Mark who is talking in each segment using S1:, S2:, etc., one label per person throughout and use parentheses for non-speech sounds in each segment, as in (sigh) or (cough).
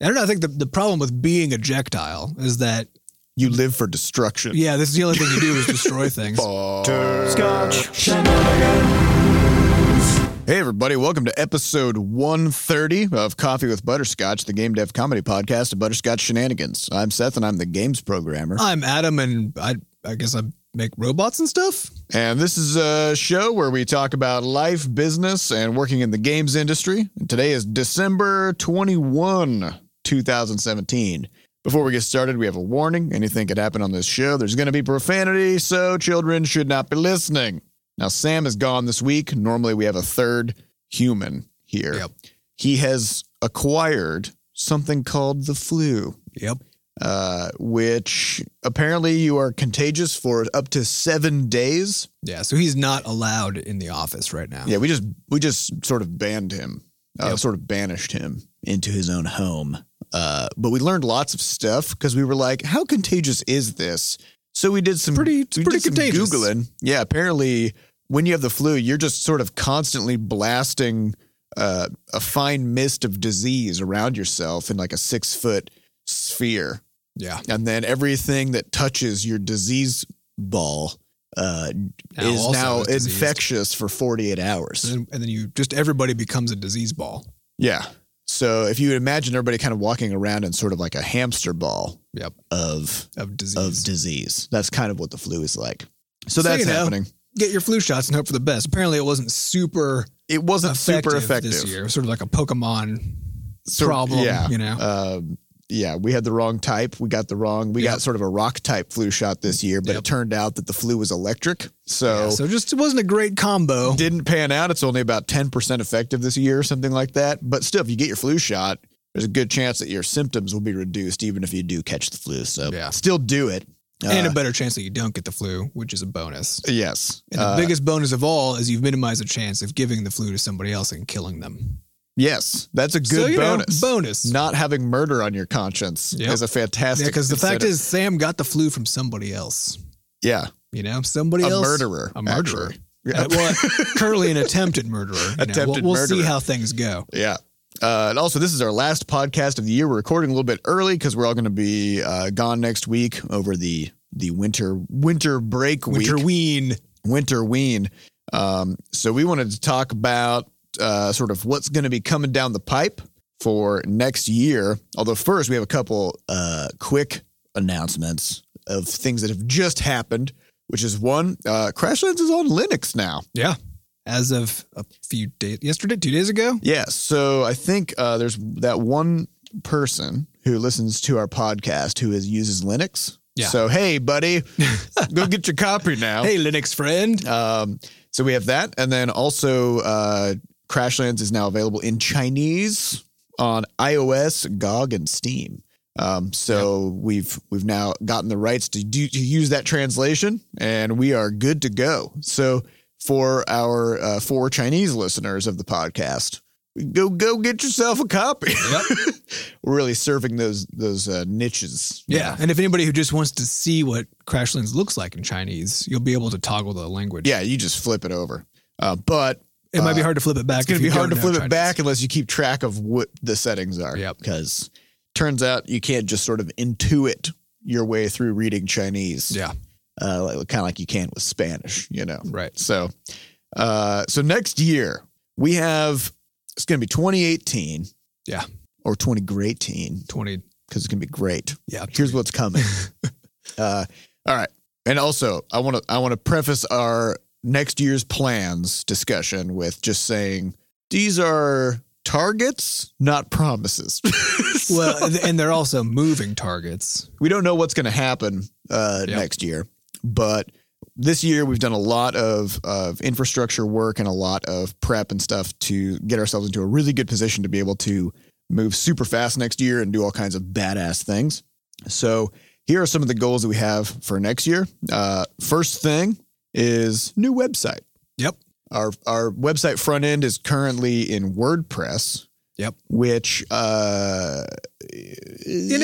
S1: I don't know. I think the, the problem with being ejectile is that
S2: You live for destruction.
S1: yeah, this is the only thing you do is
S2: (laughs)
S1: destroy things.
S2: Hey, everybody, welcome to episode 130 of Coffee with Butterscotch, the game dev comedy podcast of Butterscotch Shenanigans. I'm Seth, and I'm the games programmer.
S1: I'm Adam, and I I guess I make robots and stuff.
S2: And this is a show where we talk about life, business, and working in the games industry. And today is December 21, 2017. Before we get started, we have a warning. Anything could happen on this show. There's going to be profanity, so children should not be listening. Now, Sam is gone this week. Normally, we have a third human here.
S1: Yep.
S2: He has acquired something called the flu
S1: Yep.
S2: uh, which apparently you are contagious for up to seven days.
S1: Yeah. So he's not allowed in the office right now.
S2: Yeah, we just we just sort of banned him, uh,
S1: Yep.
S2: sort of banished him into his own home. Uh, but we learned lots of stuff because we were like, how contagious is this? So we did some
S1: Pretty- it's
S2: we
S1: pretty
S2: did some
S1: contagious.
S2: googling. Yeah, apparently when you have the flu, you're just sort of constantly blasting uh, a fine mist of disease around yourself in like a six foot sphere.
S1: Yeah.
S2: and then everything that touches your disease ball uh,
S1: Now
S2: is
S1: also
S2: now
S1: is diseased.
S2: infectious for 48 hours.
S1: And, and then you just everybody becomes a disease ball.
S2: Yeah. So if you imagine everybody kind of walking around in sort of like a hamster ball
S1: Yep.
S2: of
S1: Of disease.
S2: of disease, that's kind of what the flu is like. So
S1: So,
S2: that's
S1: you know,
S2: happening.
S1: Get your flu shots and hope for the best. Apparently, it wasn't super
S2: It wasn't
S1: effective,
S2: super effective.
S1: this year. Sort of like a Pokemon
S2: Sort-
S1: problem.
S2: yeah.
S1: You know.
S2: Um, yeah, we had the wrong type. We got the wrong. We
S1: Yep.
S2: got sort of a rock type flu shot this year, but
S1: Yep.
S2: it turned out that the flu was electric.
S1: Yeah, so just it wasn't a great combo.
S2: didn't pan out. It's only about 10% effective this year or something like that. But still, if you get your flu shot, there's a good chance that your symptoms will be reduced even if you do catch the flu. So
S1: Yeah.
S2: still do it. Uh,
S1: and a better chance that you don't get the flu, which is a bonus.
S2: yes.
S1: And the
S2: Uh,
S1: biggest bonus of all is you've minimized the chance of giving the flu to somebody else and killing them.
S2: yes. That's a good
S1: So, you know,
S2: bonus.
S1: bonus.
S2: Not having murder on your conscience
S1: Yep.
S2: is a
S1: yeah,
S2: fantastic.
S1: because the fact
S2: incentive.
S1: is, Sam got the flu from somebody else.
S2: yeah,
S1: You know, somebody
S2: a
S1: else.
S2: murderer.
S1: A murderer.
S2: actually. Yeah.
S1: Uh,
S2: (laughs)
S1: well, currently an attempted murderer. you know. We'll-
S2: Attempted
S1: we'll, see
S2: murderer.
S1: how things go.
S2: Yeah. Uh, and also, this is our last podcast of the year. We're recording a little bit early because we're all going to be uh, gone next week over the the winter winter break week.
S1: Winterween.
S2: Winter Ween. Um, so we wanted to talk about uh, sort of what's going to be coming down the pipe for next year. Although first we have a couple uh, quick announcements of things that have just happened. Which is one, uh, Crashlands is on Linux now.
S1: Yeah. As of a few days, yesterday, two days ago.
S2: Yeah. So I think uh, there's that one person who listens to our podcast who is uses Linux.
S1: Yeah.
S2: So hey, buddy, (laughs) go get your copy now.
S1: Hey, Linux friend.
S2: Um, so we have that, and then also uh, Crashlands is now available in Chinese on iOS, GOG, and Steam. Um, so we've we've now gotten the rights to do to use that translation, and we are good to go. So for our uh, four Chinese listeners of the podcast, go go get yourself a copy. (laughs) We're really serving those those uh, niches.
S1: Yeah. And if anybody who just wants to see what Crashlands looks like in Chinese, you'll be able to toggle the language.
S2: yeah, you just flip it over. Uh, but
S1: It might be
S2: Uh,
S1: hard to flip it back.
S2: It's going
S1: if
S2: to be
S1: you
S2: hard to
S1: don't know
S2: flip it
S1: Chinese.
S2: back unless you keep track of what the settings are.
S1: Yep.
S2: Because turns out you can't just sort of intuit your way through reading Chinese.
S1: Yeah.
S2: Uh, like, kind of like you can with Spanish, you know.
S1: Right.
S2: So, uh, so next year we have it's going to be 2018.
S1: Yeah.
S2: Or 2018
S1: 20.
S2: because it's going to be great.
S1: Yeah.
S2: Here's what's coming. uh, all right. And also, I want to I want to preface our next year's plans discussion with just saying these are targets, not promises.
S1: Well, (laughs) and- and they're also moving targets.
S2: we don't know what's going to happen uh,
S1: Yep.
S2: next year, but this year we've done a lot of of infrastructure work and a lot of prep and stuff to get ourselves into a really good position to be able to move super fast next year and do all kinds of badass things. So here are some of the goals that we have for next year. Uh, first thing is new website.
S1: Yep.
S2: Our our website front end is currently in WordPress.
S1: Yep.
S2: Which uh, it (laughs)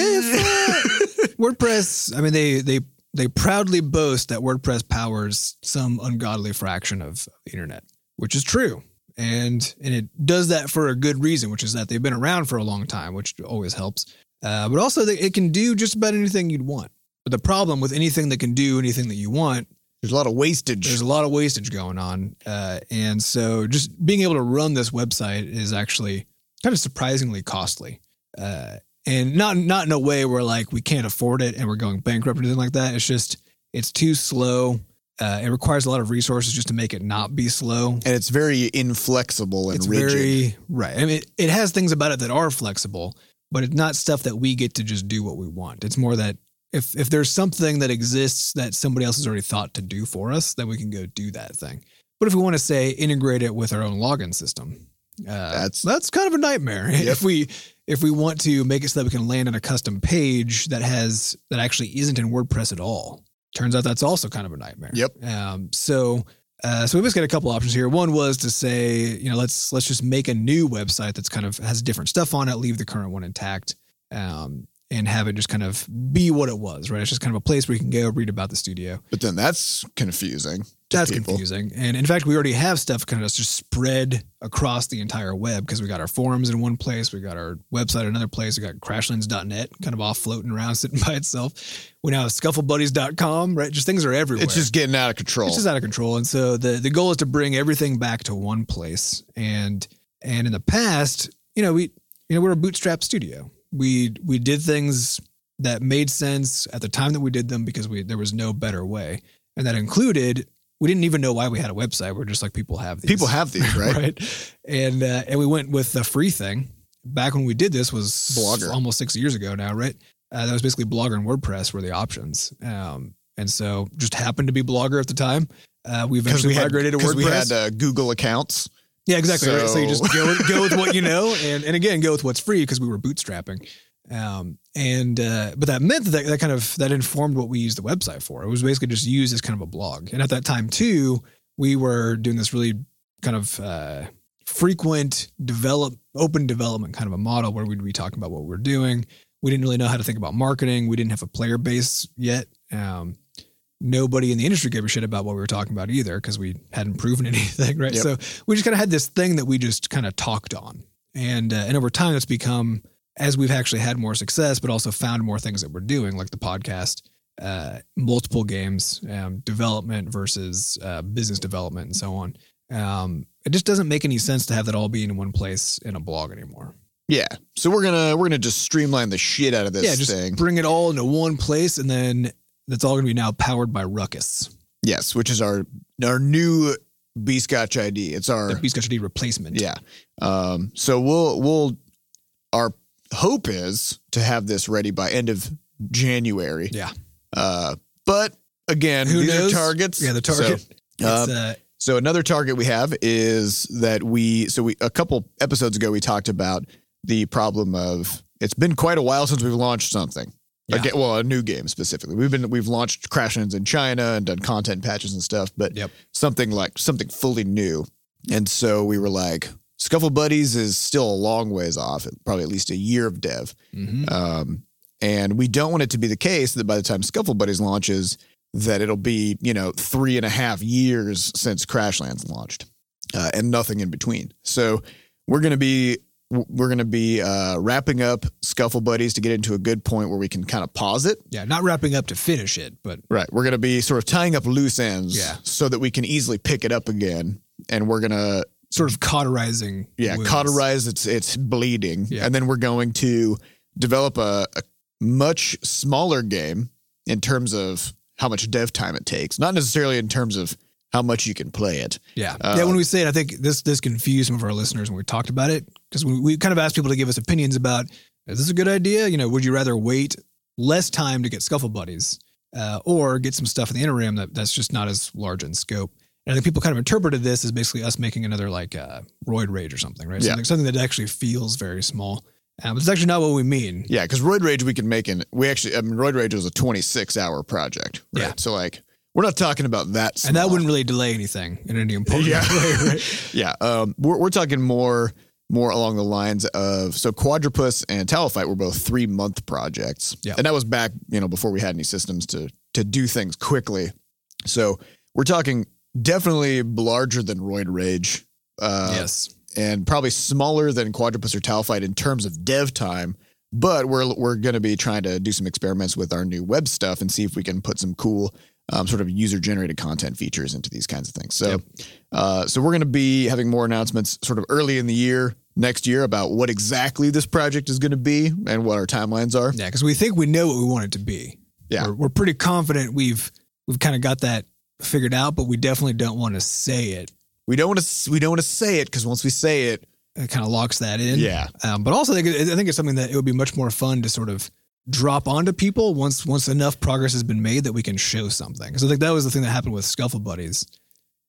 S1: is, WordPress, I mean, they, they, they proudly boast that WordPress powers some ungodly fraction of the internet, which is true. and and it does that for a good reason, which is that they've been around for a long time, which always helps. Uh, but also, that it can do just about anything you'd want. But the problem with anything that can do anything that you want,
S2: There's a lot of wastage.
S1: there's a lot of wastage going on, uh, and so just being able to run this website is actually kind of surprisingly costly. Uh, and not not in a way where like we can't afford it and we're going bankrupt or anything like that. It's just it's too slow. Uh, it requires a lot of resources just to make it not be slow
S2: and it's very inflexible and rigid.
S1: very right. I mean, it, it has things about it that are flexible, but it's not stuff that we get to just do what we want. It's more that if if there's something that exists that somebody else has already thought to do for us, then we can go do that thing. But if we want to say integrate it with our own login system, uh,
S2: That's-
S1: that's that's kind of a nightmare. (laughs) If we if we want to make it so that we can land on a custom page that has that actually isn't in WordPress at all, turns out that's also kind of a nightmare.
S2: Yep.
S1: Um, so uh, so we just got a couple options here. One was to say, you know, let's let's just make a new website that's kind of has different stuff on it, leave the current one intact, um, and have it just kind of be what it was, right? It's just kind of a place where you can go read about the studio.
S2: But then that's confusing. to
S1: That's
S2: people.
S1: confusing. And in fact, we already have stuff kind of just spread across the entire web because we got our forums in one place, we got our website in another place, we got crashlands.net kind of off floating around (laughs) sitting by itself. We now have scufflebuddies.com, right? Just things are everywhere.
S2: It's just getting out of control.
S1: It's just out of control. And so the the goal is to bring everything back to one place. And and in the past, you know, we you know, we're a bootstrap studio. We we did things that made sense at the time that we did them because we there was no better way. And that included we didn't even know why we had a website. We're just like people have these
S2: people
S1: (laughs)
S2: have these, (laughs) right?
S1: and uh, and we went with the free thing. Back when we did this was
S2: Blogger.
S1: almost six years ago now, right? Uh, that was basically Blogger and WordPress were the options, um, and so just happened to be Blogger at the time. Uh, we
S2: Because
S1: eventually
S2: we had,
S1: migrated to
S2: 'cause
S1: WordPress.
S2: we had uh, Google accounts.
S1: yeah, exactly. right? So, you
S2: so-
S1: just go with, go with what you
S2: (laughs)
S1: know, and and again go with what's free because we were bootstrapping. Um, and uh, but that meant that that kind of that informed what we used the website for. It was basically just used as kind of a blog. And at that time too, we were doing this really kind of uh, frequent develop open development kind of a model where we'd be talking about what we're doing. We didn't really know how to think about marketing. We didn't have a player base yet. Um, nobody in the industry gave a shit about what we were talking about either because we hadn't proven (laughs) anything, right?
S2: Yep.
S1: So we just kind of had this thing that we just kind of talked on, and uh, and over time it's become as we've actually had more success, but also found more things that we're doing, like the podcast, uh, multiple games, um, development versus uh, business development, and so on. Um, it just doesn't make any sense to have that all be in one place in a blog anymore.
S2: Yeah. So we're gonna we're gonna just streamline the shit out of this
S1: yeah, just
S2: thing.
S1: bring it all into one place, and then that's all going to be now powered by Ruckus,
S2: Yes, which is our our new B Scotch ID. It's our
S1: the Beast Got replacement.
S2: yeah. Um, so we'll we'll our hope is to have this ready by end of January.
S1: Yeah.
S2: Uh, but again,
S1: Who
S2: these
S1: knows?
S2: are targets.
S1: Yeah, the target.
S2: So, um,
S1: it's, uh,
S2: so another target we have is that we so we a couple episodes ago we talked about the problem of it's been quite a while since we've launched something.
S1: Yeah.
S2: Again, well, a new game specifically. We've been we've launched Crashlands in China and done content patches and stuff, but
S1: Yep.
S2: something like something fully new. And so we were like, Scuffle Buddies is still a long ways off, probably at least a year of dev.
S1: mhm.
S2: Um, and we don't want it to be the case that by the time Scuffle Buddies launches, that it'll be, you know, three and a half years since Crashlands launched uh, and nothing in between. So we're going to be. We're going to be uh, wrapping up Scuffle Buddies to get into a good point where we can kind of pause it.
S1: yeah, not wrapping up to finish it, but
S2: Right. We're going to be sort of tying up loose ends
S1: Yeah.
S2: so that we can easily pick it up again. And we're going to
S1: sort of cauterizing.
S2: yeah,
S1: wounds.
S2: cauterize its its bleeding,
S1: Yeah.
S2: and then we're going to develop a, a much smaller game in terms of how much dev time it takes, not necessarily in terms of how much you can play it.
S1: Yeah,
S2: Uh,
S1: yeah. When we say it, I think this this confused some of our listeners when we talked about it because we, we kind of asked people to give us opinions about is this a good idea? You know, would you rather wait less time to get scuffle buddies uh, or get some stuff in the interim that, that's just not as large in scope? And I think people kind of interpreted this as basically us making another like uh, roid rage or something, right?
S2: Yeah.
S1: Something, something that actually feels very small, uh, but it's actually not what we mean.
S2: Yeah, because Roid Rage we can make in we actually I mean Roid Rage was a twenty six hour project. Right?
S1: Yeah.
S2: So like we're not talking about that. Small.
S1: And that wouldn't really delay anything in
S2: (laughs)
S1: any important
S2: Yeah.
S1: way, right?
S2: Yeah, um, we're we're talking more more along the lines of so Quadrupus and Talafite were both three month projects,
S1: Yeah.
S2: and that was back you know before we had any systems to to do things quickly. So we're talking definitely larger than Roid Rage (laughs) Uh,
S1: yes.
S2: and probably smaller than Quadrupus or Tau Fight in terms of dev time. But we're we're going to be trying to do some experiments with our new web stuff and see if we can put some cool um, sort of user generated content features into these kinds of things. So,
S1: Yep.
S2: uh, so we're going to be having more announcements sort of early in the year next year about what exactly this project is going to be and what our timelines are.
S1: Yeah, because we think we know what we want it to be.
S2: Yeah.
S1: We're, we're pretty confident we've we've kind of got that figured out, but we definitely don't want to say it.
S2: We don't want to we don't want to say it because once we say it,
S1: It kind of locks that in.
S2: yeah,
S1: Um, but also, I think, I think it's something that it would be much more fun to sort of drop onto people once once enough progress has been made that we can show something. Because I think that was the thing that happened with Scuffle Buddies,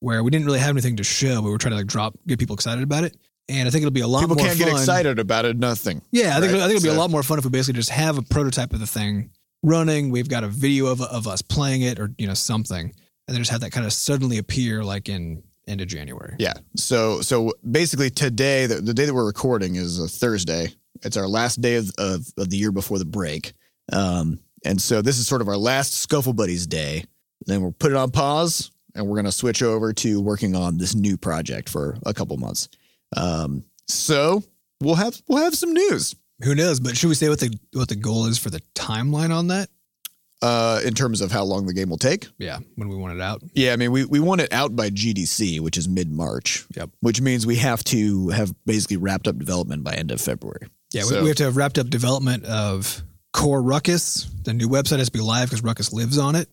S1: where we didn't really have anything to show. We were trying to like drop, get people excited about it. And I think it'll be a lot
S2: people
S1: more
S2: can't
S1: fun.
S2: get excited about it. Nothing.
S1: Yeah, I think
S2: right?
S1: I think it'll be
S2: So-
S1: a lot more fun if we basically just have a prototype of the thing running. We've got a video of of us playing it, or you know something, and then just have that kind of suddenly appear like in end of January.
S2: Yeah. So so basically today, the, the day that we're recording is a Thursday. It's our last day of, of, of the year before the break. Um, and so this is sort of our last Scuffle Buddies day. Then we'll put it on pause and we're going to switch over to working on this new project for a couple months. Um, so we'll have we'll have some news
S1: Who knows? But should we say what the what the goal is for the timeline on that?
S2: uh, in terms of how long the game will take.
S1: Yeah, when we want it out.
S2: Yeah, I mean, we, we want it out by GDC, which is mid March.
S1: Yep.
S2: Which means we have to have basically wrapped up development by end of February.
S1: Yeah,
S2: So-
S1: we, we have to have wrapped up development of Core Ruckus. The new website has to be live because Ruckus lives on it.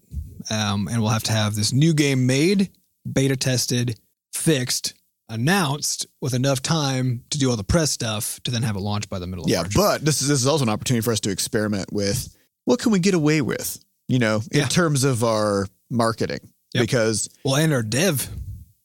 S1: Um, and we'll have to have this new game made, beta tested, fixed, announced with enough time to do all the press stuff to then have it launched by the middle of
S2: Yeah,
S1: March.
S2: but this is this is also an opportunity for us to experiment with what can we get away with, you know, in
S1: Yeah.
S2: terms of our marketing.
S1: Yep.
S2: Because
S1: Well, and our dev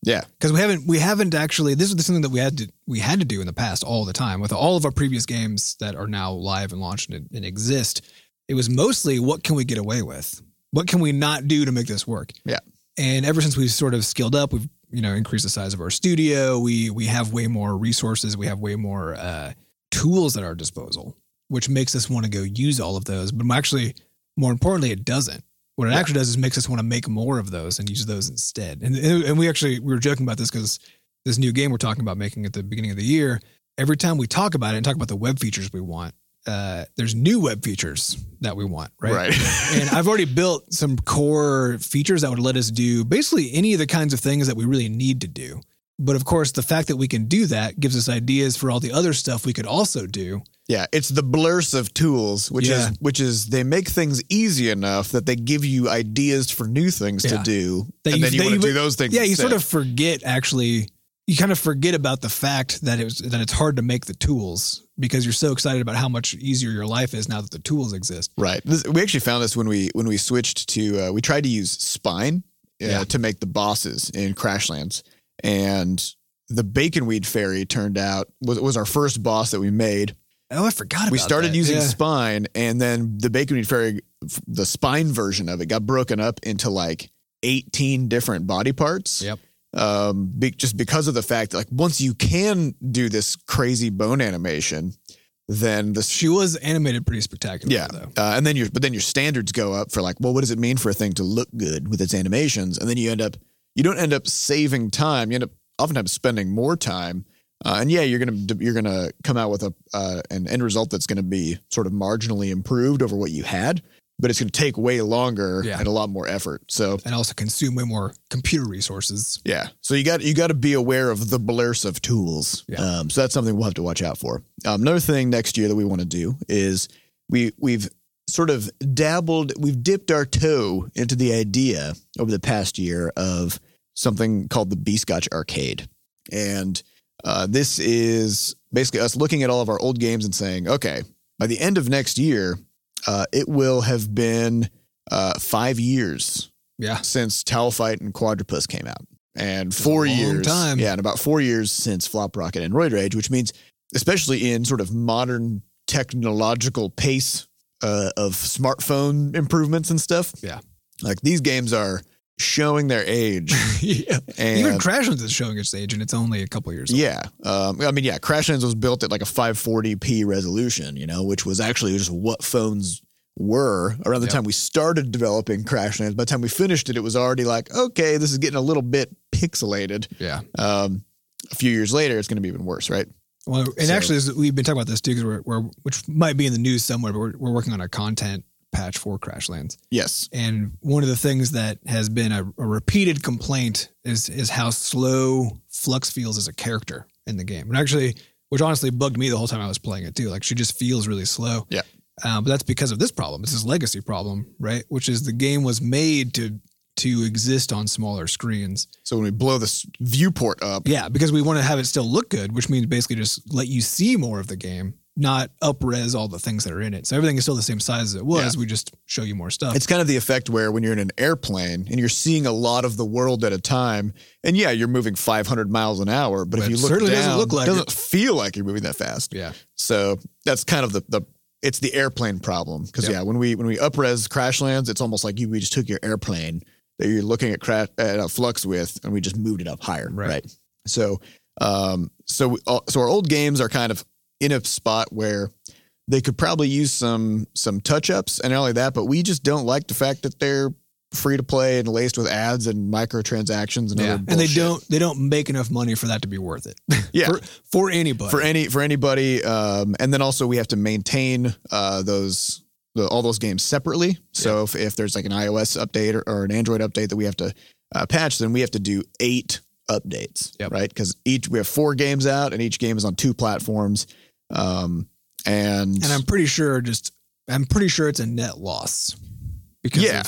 S2: yeah,
S1: because we haven't we haven't actually this is something that we had to we had to do in the past all the time with all of our previous games that are now live and launched and, and exist it was mostly what can we get away with what can we not do to make this work
S2: Yeah.
S1: and ever since we've sort of scaled up we've you know increased the size of our studio we we have way more resources we have way more uh, tools at our disposal which makes us want to go use all of those but actually more importantly it doesn't what it
S2: Yeah.
S1: actually does is makes us want to make more of those and use those instead. And and we actually we were joking about this because this new game we're talking about making at the beginning of the year. Every time we talk about it and talk about the web features we want, uh, there's new web features that we want, right?
S2: right. (laughs)
S1: and I've already built some core features that would let us do basically any of the kinds of things that we really need to do. But of course, the fact that we can do that gives us ideas for all the other stuff we could also do.
S2: yeah, it's the blurs of tools, which
S1: Yeah.
S2: is which is they make things easy enough that they give you ideas for new things to
S1: Yeah.
S2: do,
S1: That
S2: and
S1: you-
S2: then you
S1: that
S2: want
S1: you-
S2: to do those things.
S1: Yeah, you
S2: instead.
S1: sort of forget actually. You kind of forget about the fact that it was that it's hard to make the tools because you're so excited about how much easier your life is now that the tools exist.
S2: Right. This, we actually found this when we when we switched to uh, we tried to use spine uh,
S1: Yeah.
S2: to make the bosses in Crashlands, and the Baconweed Fairy turned out was was our first boss that we made.
S1: Oh, I forgot.
S2: We
S1: about
S2: started
S1: that.
S2: using
S1: Yeah.
S2: spine, and then the Baconweed Fairy, f- the spine version of it, got broken up into like eighteen different body parts.
S1: Yep.
S2: Um, be, just because of the fact that like once you can do this crazy bone animation, then the
S1: she was animated pretty spectacular.
S2: yeah,
S1: though.
S2: uh, and then your but then your standards go up for like, well, what does it mean for a thing to look good with its animations? And then you end up you don't end up saving time. You end up oftentimes spending more time. Uh, and yeah, you're gonna you're gonna come out with a uh, an end result that's gonna be sort of marginally improved over what you had, but it's gonna take way longer
S1: Yeah.
S2: and a lot more effort. So
S1: and also consume way more computer resources.
S2: yeah, so you got you got to be aware of the blurs of tools.
S1: Yeah.
S2: Um, so that's something we'll have to watch out for. Um, another thing next year that we want to do is we we've sort of dabbled, we've dipped our toe into the idea over the past year of something called the B Scotch Arcade, and uh, this is basically us looking at all of our old games and saying, okay, by the end of next year, uh, it will have been uh, five years
S1: Yeah, (laughs)
S2: since Towel Fight and Quadrupus came out, and four
S1: a long
S2: years,
S1: time.
S2: yeah, and about four years since Flop Rocket and Roid Rage, which means, especially in sort of modern technological pace uh, of smartphone improvements and stuff,
S1: Yeah.
S2: like these games are showing their age,
S1: yeah. (laughs)
S2: and
S1: Even Crashlands is showing its age, and it's only a couple years. old.
S2: yeah, um, I mean, yeah, Crashlands was built at like a 540p resolution, you know, which was actually just what phones were around the
S1: Yep.
S2: time we started developing Crashlands. By the time we finished it, it was already like, okay, this is getting a little bit pixelated.
S1: Yeah,
S2: Um, a few years later, it's going to be even worse, right?
S1: Well, and
S2: So-
S1: actually, this- we've been talking about this too, because we're, we're which might be in the news somewhere, but we're, we're working on a content patch for Crashlands.
S2: Yes.
S1: And one of the things that has been a, a repeated complaint is is how slow Flux feels as a character in the game, and actually, which honestly bugged me the whole time I was playing it too. Like she just feels really slow.
S2: Yeah.
S1: Uh, but that's because of this problem. It's this legacy problem, right? Which is the game was made to to exist on smaller screens.
S2: So when we blow this viewport up,
S1: Yeah, because we want to have it still look good, which means basically just let you see more of the game, not up res all the things that are in it. So everything is still the same size as it was. We just show you more stuff.
S2: it's kind of the effect where when you're in an airplane and you're seeing a lot of the world at a time, and yeah, you're moving 500 miles an hour,
S1: But
S2: but, if you
S1: it
S2: look
S1: certainly
S2: down,
S1: doesn't look like
S2: doesn't feel like you're moving that fast.
S1: yeah.
S2: So that's kind of the the it's the airplane problem because
S1: Yep.
S2: yeah, when we when we upres crash lands, it's almost like you we just took your airplane that you're looking at crash at a flux with, and we just moved it up higher,
S1: Right.
S2: right? So, um, so we, uh, so our old games are kind of in a spot where they could probably use some some touch ups and not only that, but we just don't like the fact that they're free to play and laced with ads and microtransactions and other
S1: And they
S2: bullshit.
S1: don't they don't make enough money for that to be worth it. (laughs)
S2: yeah
S1: For, for anybody.
S2: for any for anybody um and then also we have to maintain uh those the, all those games separately so if, if there's like an ios update or, or an android update that we have to uh, patch then we have to do eight updates
S1: Yep.
S2: right because each we have four games out and each game is on two platforms um and,
S1: and I'm pretty sure just I'm pretty sure it's a net loss. Because
S2: Yeah.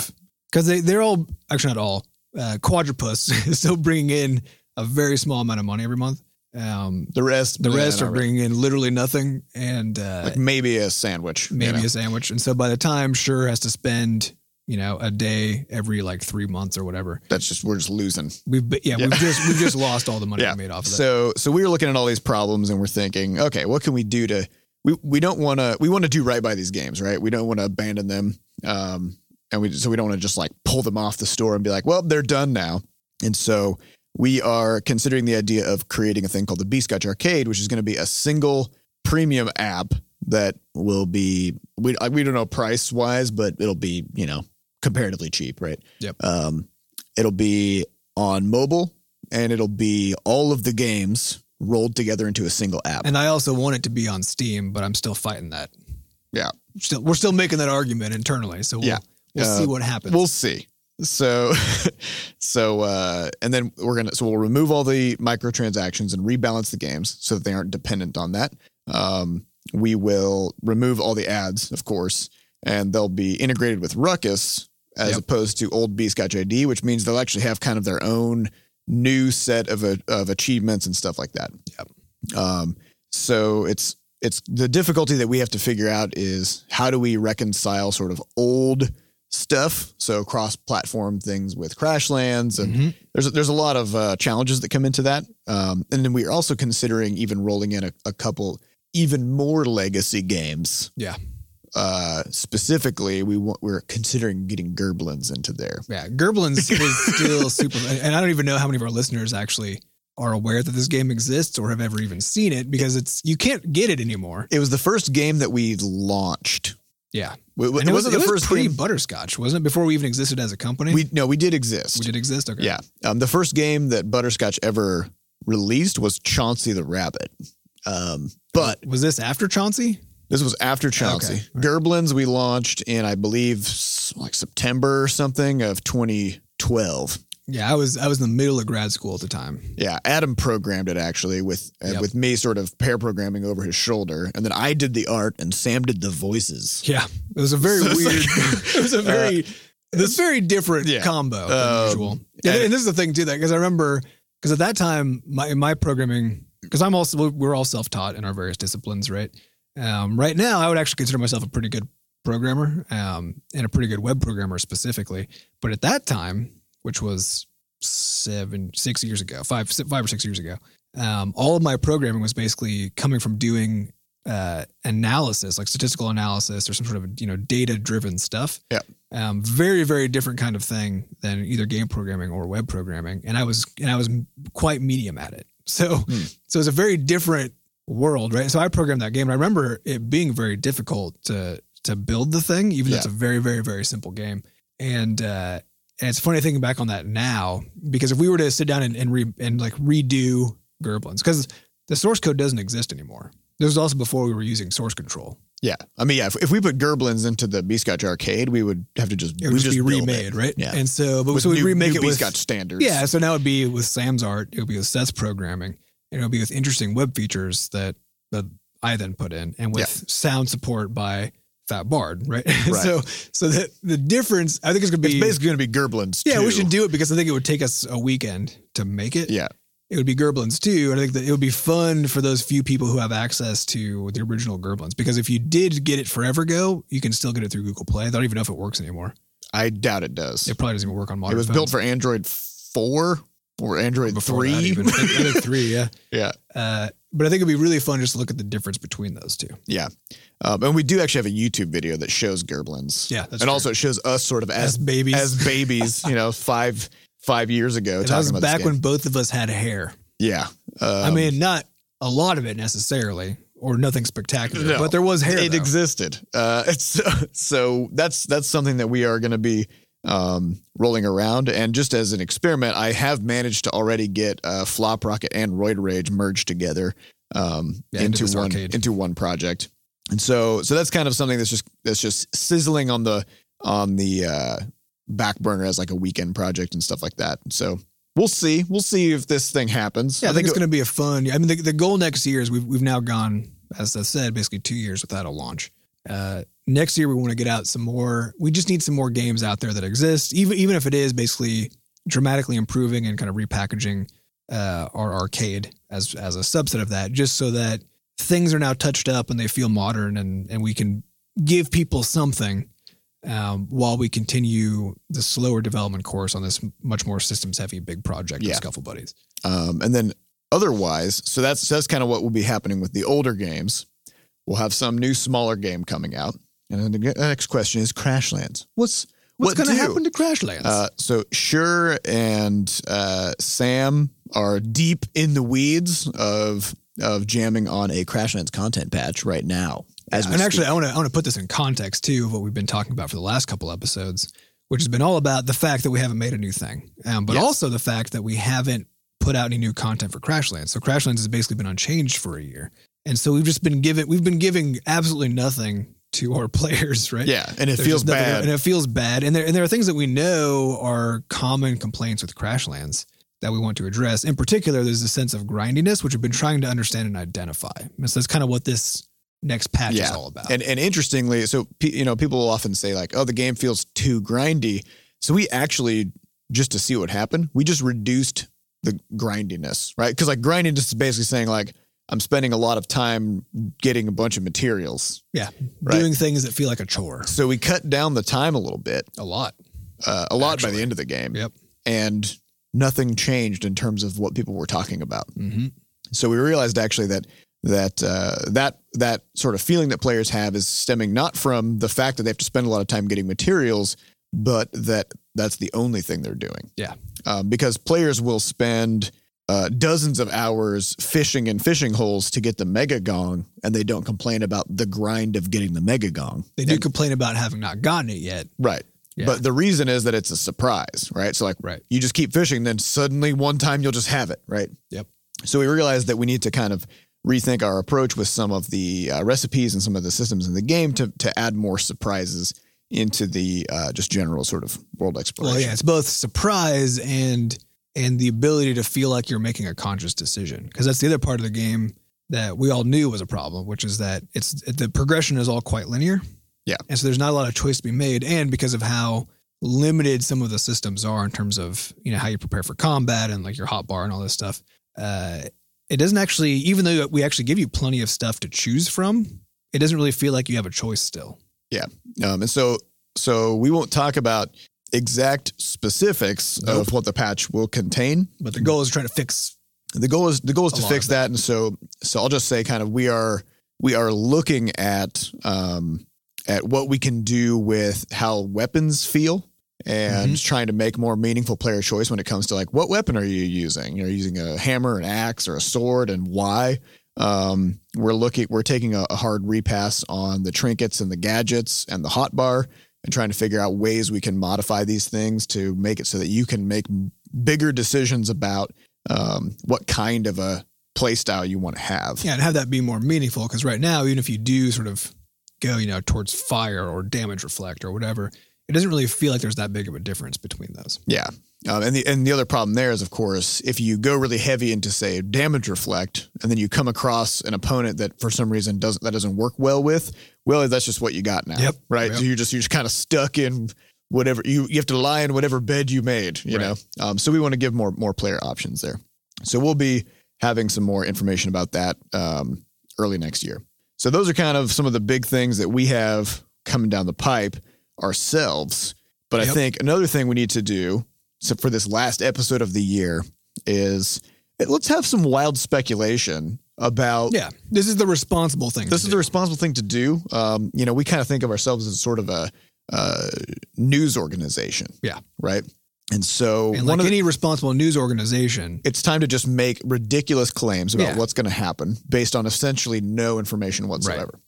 S1: Because they, they're all actually not all. Uh, Quadrupus (laughs) is still bringing in a very small amount of money every month. Um,
S2: the rest
S1: the
S2: yeah,
S1: rest
S2: not
S1: are
S2: really.
S1: bringing in literally nothing, and uh,
S2: like maybe a sandwich you
S1: maybe
S2: know?
S1: a sandwich. And so by the time Sure has to spend, you know, a day every like three months or whatever,
S2: that's just we're just losing
S1: we've be- yeah,
S2: Yeah.
S1: we've just we've just lost all the
S2: (laughs)
S1: money
S2: Yeah.
S1: we made off of that.
S2: So so we were looking at all these problems and we're thinking, okay, what can we do to we we don't want to we want to do right by these games, right? We don't want to abandon them. Um and we so we don't want to just like pull them off the store and be like, well, they're done now. And so we are considering the idea of creating a thing called the Beascotch Arcade, which is going to be a single premium app that will be we I- we don't know price wise, but it'll be, you know, comparatively cheap, right?
S1: Yep.
S2: Um it'll be on mobile and it'll be all of the games rolled together into a single app.
S1: And I also want it to be on Steam, but I'm still fighting that.
S2: Yeah.
S1: Still we're still making that argument internally. So we'll
S2: Yeah.
S1: we'll
S2: Uh,
S1: see what happens.
S2: We'll see. So, (laughs) so, uh, and then we're gonna so we'll remove all the microtransactions and rebalance the games so that they aren't dependent on that. Um, we will remove all the ads, of course, and they'll be integrated with Ruckus as
S1: Yep.
S2: opposed to old Beascotch ID, which means they'll actually have kind of their own new set of a, of achievements and stuff like that. Yep. Um, so it's it's the difficulty that we have to figure out is how do we reconcile sort of old stuff, so cross-platform things with Crashlands, and
S1: Mhm.
S2: there's there's a lot of uh, challenges that come into that. Um, and then we are also considering even rolling in a, a couple even more legacy games.
S1: Yeah.
S2: Uh, specifically, we want we're considering getting Gerblins into there.
S1: mm-hmm. Yeah. Gerblins is
S2: (laughs)
S1: still super and I don't even know how many of our listeners actually are aware that this game exists or have ever even seen it because it's you can't get it anymore.
S2: It was the first game that we launched.
S1: Yeah.
S2: It,
S1: And
S2: it wasn't the first
S1: pre
S2: game.
S1: butterscotch, wasn't it? Before we even existed as a company.
S2: We no, we did exist.
S1: We did exist. Okay.
S2: Yeah. Um, the first game that Butterscotch ever released was Chauncey the Rabbit. Um, but
S1: was this after Chauncey?
S2: this was after Chauncey.
S1: Okay.
S2: Gerblins we launched in, I believe, s- like September or something of 2012.
S1: Yeah, I was I was in the middle of grad school at the time.
S2: Yeah, Adam programmed it actually with uh,
S1: Yep.
S2: with me sort of pair programming over his shoulder, and then I did the art and Sam did the voices.
S1: Yeah, it was a very
S2: So it's
S1: weird. (laughs)
S2: like-
S1: it was
S2: (laughs)
S1: a very this very different
S2: Yeah.
S1: combo than
S2: Um,
S1: usual. Yeah, and,
S2: and-
S1: this is the thing too that because I remember because at that time my my programming because I'm also we're all self taught in our various disciplines, right? Um, right now, I would actually consider myself a pretty good programmer um, and a pretty good web programmer specifically. But at that time, which was seven, six years ago, five, si- five or six years ago, um, all of my programming was basically coming from doing uh, analysis, like statistical analysis or some sort of you know data driven stuff.
S2: Yeah.
S1: Um, very, very different kind of thing than either game programming or web programming, and I was and I was quite medium at it. So,
S2: Hmm.
S1: so it's a very different world, right? So I programmed that game, and I remember it being very difficult to to build the thing, even though it's a very, very, very simple game. And uh, and it's funny thinking back on that now because if we were to sit down and and, re, and like redo Gerblins because the source code doesn't exist anymore. This was also before we were using source control.
S2: Yeah, I mean, yeah. If, if we put Gerblins into the Beascotch arcade, we would have to just
S1: It would
S2: we
S1: just, be
S2: build it.
S1: remade, right?
S2: Yeah.
S1: And so, but
S2: With
S1: so we
S2: new-
S1: remake
S2: new
S1: it with
S2: Beascotch standards.
S1: yeah. So now it'd be with Sam's art. It'll be with Seth's programming, and it'll be with interesting web features that that I then put in, and with sound support by Fat Bard, right? (laughs) so so the the difference I think is gonna
S2: it's
S1: be
S2: basically going to be Gerblins.
S1: yeah.
S2: too.
S1: We should do it because I think it would take us a weekend to make it.
S2: Yeah,
S1: it would be Gerblins too. And I think that it would be fun for those few people who have access to the original Gerblins. Because if you did get it forever ago, you can still get it through Google Play. I don't even know if it works anymore.
S2: I doubt it does.
S1: It probably doesn't even work on modern.
S2: it was
S1: phones.
S2: built for Android four or Android
S1: Before that
S2: three.
S1: even. I think- I think three, yeah.
S2: (laughs) yeah,
S1: Uh, but I think it'd be really fun just to look at the difference between those two.
S2: yeah. Um, and we do actually have a YouTube video that shows Gerblins.
S1: Yeah, that's
S2: and
S1: true.
S2: also it shows us sort of
S1: As
S2: as
S1: babies.
S2: as babies, you know, five five years
S1: (laughs)
S2: ago.
S1: And that
S2: talking
S1: was
S2: about
S1: back
S2: this game.
S1: when both of us had hair.
S2: Yeah, um,
S1: I mean, not a lot of it necessarily, or nothing spectacular,
S2: No.
S1: but there was hair.
S2: it
S1: though.
S2: existed. Uh, (laughs) it's so that's that's something that we are going to be um, rolling around. And just as an experiment, I have managed to already get uh, Flop Rocket and Roid Rage merged together um,
S1: Yeah, into
S2: into,
S1: this
S2: one
S1: arcade.
S2: into one project. And so so that's kind of something that's just that's just sizzling on the on the uh, back burner as like a weekend project and stuff like that. So we'll see we'll see if this thing happens.
S1: Yeah, I think it's
S2: it-
S1: going to be a fun. I mean, the, the goal next year is we've we've now gone, as I said, basically two years without a launch. Uh, next year we want to get out some more. We just need some more games out there that exist, even even if it is basically dramatically improving and kind of repackaging uh, our arcade as as a subset of that, just so that things are now touched up and they feel modern and and we can give people something. Um, while we continue the slower development course on this much more systems heavy big project
S2: Yeah.
S1: of Scuffle Buddies.
S2: Um, and then otherwise, so that's so that's kind of what will be happening with the older games. We'll have some new smaller game coming out. And then the g- next question is Crashlands. What's
S1: What's
S2: what
S1: going to
S2: do?
S1: happen to Crashlands?
S2: Uh, so Sure and uh, Sam are deep in the weeds of of jamming on a Crashlands content patch right now. As we
S1: and
S2: speak.
S1: actually, I want to I want to put this in context too of what we've been talking about for the last couple episodes, which has been all about the fact that we haven't made a new thing, um, but
S2: Yes.
S1: also the fact that we haven't put out any new content for Crashlands. So Crashlands has basically been unchanged for a year, and so we've just been given we've been giving absolutely nothing to our (laughs) players, right?
S2: yeah, and it
S1: There's
S2: feels
S1: just nothing-
S2: bad.
S1: and it feels bad. And there and there are things that we know are common complaints with Crashlands that we want to address. In particular, there's a sense of grindiness, which we've been trying to understand and identify. And so that's kind of what this next patch is
S2: Yeah.
S1: all about.
S2: And and interestingly, so pe- you know, people will often say like, "Oh, the game feels too grindy." So we actually just to see what happened, we just reduced the grindiness, right? Because like grindiness is basically saying like, I'm spending a lot of time getting a bunch of materials.
S1: yeah,
S2: Right.
S1: doing things that feel like a chore
S2: So we cut down the time a little bit,
S1: a lot.
S2: uh, a lot by
S1: Actually.
S2: the end of the game.
S1: Yep.
S2: And nothing changed in terms of what people were talking about.
S1: hmm
S2: So we realized actually that that uh, that that sort of feeling that players have is stemming not from the fact that they have to spend a lot of time getting materials, but that that's the only thing they're doing.
S1: Yeah.
S2: um, because players will spend. Uh, dozens of hours fishing in fishing holes to get the mega gong, and they don't complain about the grind of getting the mega gong.
S1: They do
S2: And-
S1: complain about having not gotten it yet.
S2: right,
S1: Yeah.
S2: but the reason is that it's a surprise, right? So, like,
S1: Right.
S2: you just keep fishing, then suddenly one time you'll just have it, right?
S1: Yep.
S2: So we realized that we need to kind of rethink our approach with some of the uh, recipes and some of the systems in the game to to add more surprises into the uh, just general sort of world exploration.
S1: Well, yeah, it's both surprise and and the ability to feel like you're making a conscious decision because that's the other part of the game that we all knew was a problem, which is that it's the progression is all quite linear.
S2: Yeah.
S1: and so there's not a lot of choice to be made, and because of how limited some of the systems are in terms of you know how you prepare for combat and like your hot bar and all this stuff. Uh, it doesn't actually, even though we actually give you plenty of stuff to choose from, it doesn't really feel like you have a choice still.
S2: Um, and so so we won't talk about exact specifics
S1: Nope.
S2: of what the patch will contain.
S1: But the goal is to try to fix
S2: the goal is the goal is
S1: A
S2: to
S1: lot
S2: fix
S1: of
S2: that. and so so I'll just say kind of we are we are looking at um at what we can do with how weapons feel and trying to make more meaningful player choice when it comes to like what weapon are you using? You're using a hammer, an axe, or a sword, and why? Um, we're looking we're taking a, a hard repass on the trinkets and the gadgets and the hot bar and trying to figure out ways we can modify these things to make it so that you can make bigger decisions about um, what kind of a play style you want to have.
S1: Yeah, and have that be more meaningful because right now, even if you do sort of go, you know, towards fire or damage reflect or whatever, it doesn't really feel like there's that big of a difference between those.
S2: Yeah. Um, and the and the other problem there is, of course, if you go really heavy into say damage reflect, and then you come across an opponent that for some reason doesn't that doesn't work well with, well, that's just what you got now,
S1: Yep.
S2: right?
S1: Yep.
S2: So you're just you're just kind of stuck in whatever you you have to lie in whatever bed you made, you
S1: Right.
S2: know. Um, so we want to give more more player options there. So we'll be having some more information about that um, early next year. So those are kind of some of the big things that we have coming down the pipe ourselves. But I
S1: Yep.
S2: think another thing we need to do so for this last episode of the year is eh, let's have some wild speculation about
S1: Yeah, this is the responsible thing.
S2: this
S1: to
S2: is
S1: do.
S2: the responsible thing to do. Um, you know, we kind of think of ourselves as sort of a uh, news organization.
S1: Yeah.
S2: Right. And so
S1: and
S2: one
S1: like
S2: of the,
S1: any responsible news organization,
S2: it's time to just make ridiculous claims about
S1: Yeah.
S2: what's going to happen based on essentially no information whatsoever.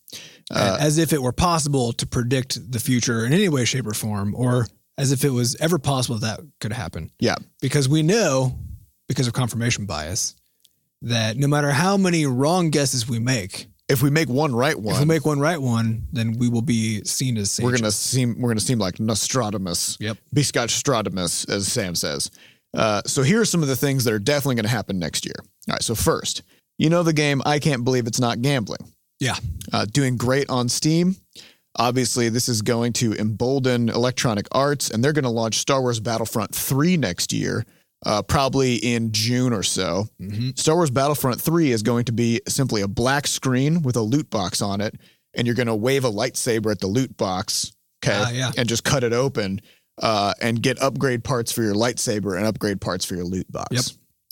S2: Uh,
S1: as if it were possible to predict the future in any way, shape, or form, or as if it was ever possible that could happen.
S2: Yeah.
S1: Because we know, because of confirmation bias, that no matter how many wrong guesses we make,
S2: If we make one right
S1: if we
S2: one,
S1: make one right one, then we will be seen as safe.
S2: we're gonna seem we're gonna seem like Nostradamus.
S1: Yep.
S2: Be Scotch Stradamus, as Sam says. Uh, so here are some of the things that are definitely going to happen next year. All right. So first, you know the game. I can't believe it's not gambling.
S1: Yeah.
S2: Uh, doing great on Steam. Obviously, this is going to embolden Electronic Arts, and they're going to launch Star Wars Battlefront 3 next year, uh, probably in June or so.
S1: Mm-hmm.
S2: Star Wars Battlefront 3 is going to be simply a black screen with a loot box on it, and you're going to wave a lightsaber at the loot box, okay,
S1: Ah, yeah.
S2: and just cut it open uh, and get upgrade parts for your lightsaber and upgrade parts for your loot box.
S1: Yep.